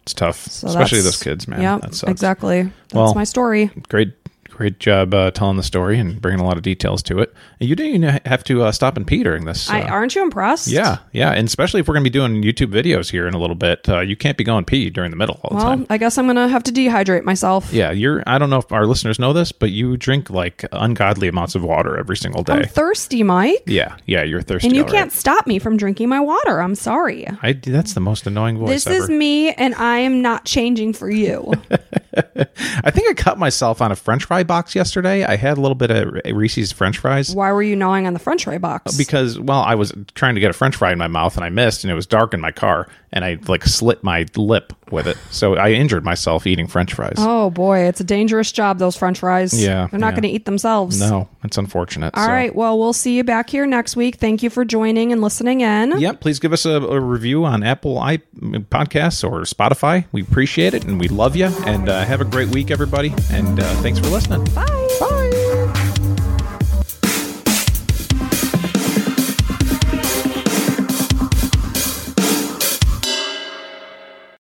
B: it's tough,
A: So
B: especially
A: that's-
B: those kids, man.
A: Yeah,
B: that sucks.
A: exactly. That's
B: Well,
A: my story.
B: Great, great job uh, telling the story and bringing a lot of details to it. And you didn't even have to uh, stop and pee during this.
A: I,
B: uh,
A: aren't you impressed?
B: yeah, yeah, and especially if we're going to be doing YouTube videos here in a little bit, uh, you can't be going pee during the middle all the
A: Well,
B: time.
A: I guess I'm gonna have to dehydrate myself.
B: Yeah, you're. I don't know if our listeners know this, but you drink like ungodly amounts of water every single day.
A: I'm thirsty, Mike,
B: yeah, yeah, you're thirsty.
A: and you
B: all right.
A: can't stop me from drinking my water. I'm sorry.
B: I, that's the most annoying voice
A: This is
B: ever.
A: me, and I am not changing for
B: [LAUGHS]
A: you.
B: I think I cut myself on a French fry box yesterday. I had a little bit of Reese's French fries.
A: Why were you gnawing on the French fry box?
B: because well i was trying to get a french fry in my mouth and i missed and it was dark in my car and i like slit my lip with it so i injured myself eating french fries
A: oh boy, it's a dangerous job. Those French fries.
B: Yeah,
A: they're not
B: yeah.
A: going to eat themselves.
B: no it's unfortunate
A: All right. Well, we'll see you back here next week. Thank you for joining and listening in.
B: Yep, please give us a, a review on Apple I, mm, Podcasts or Spotify. We appreciate it and we love you. And uh, have a great week, everybody. And uh, thanks for listening.
A: Bye. Bye.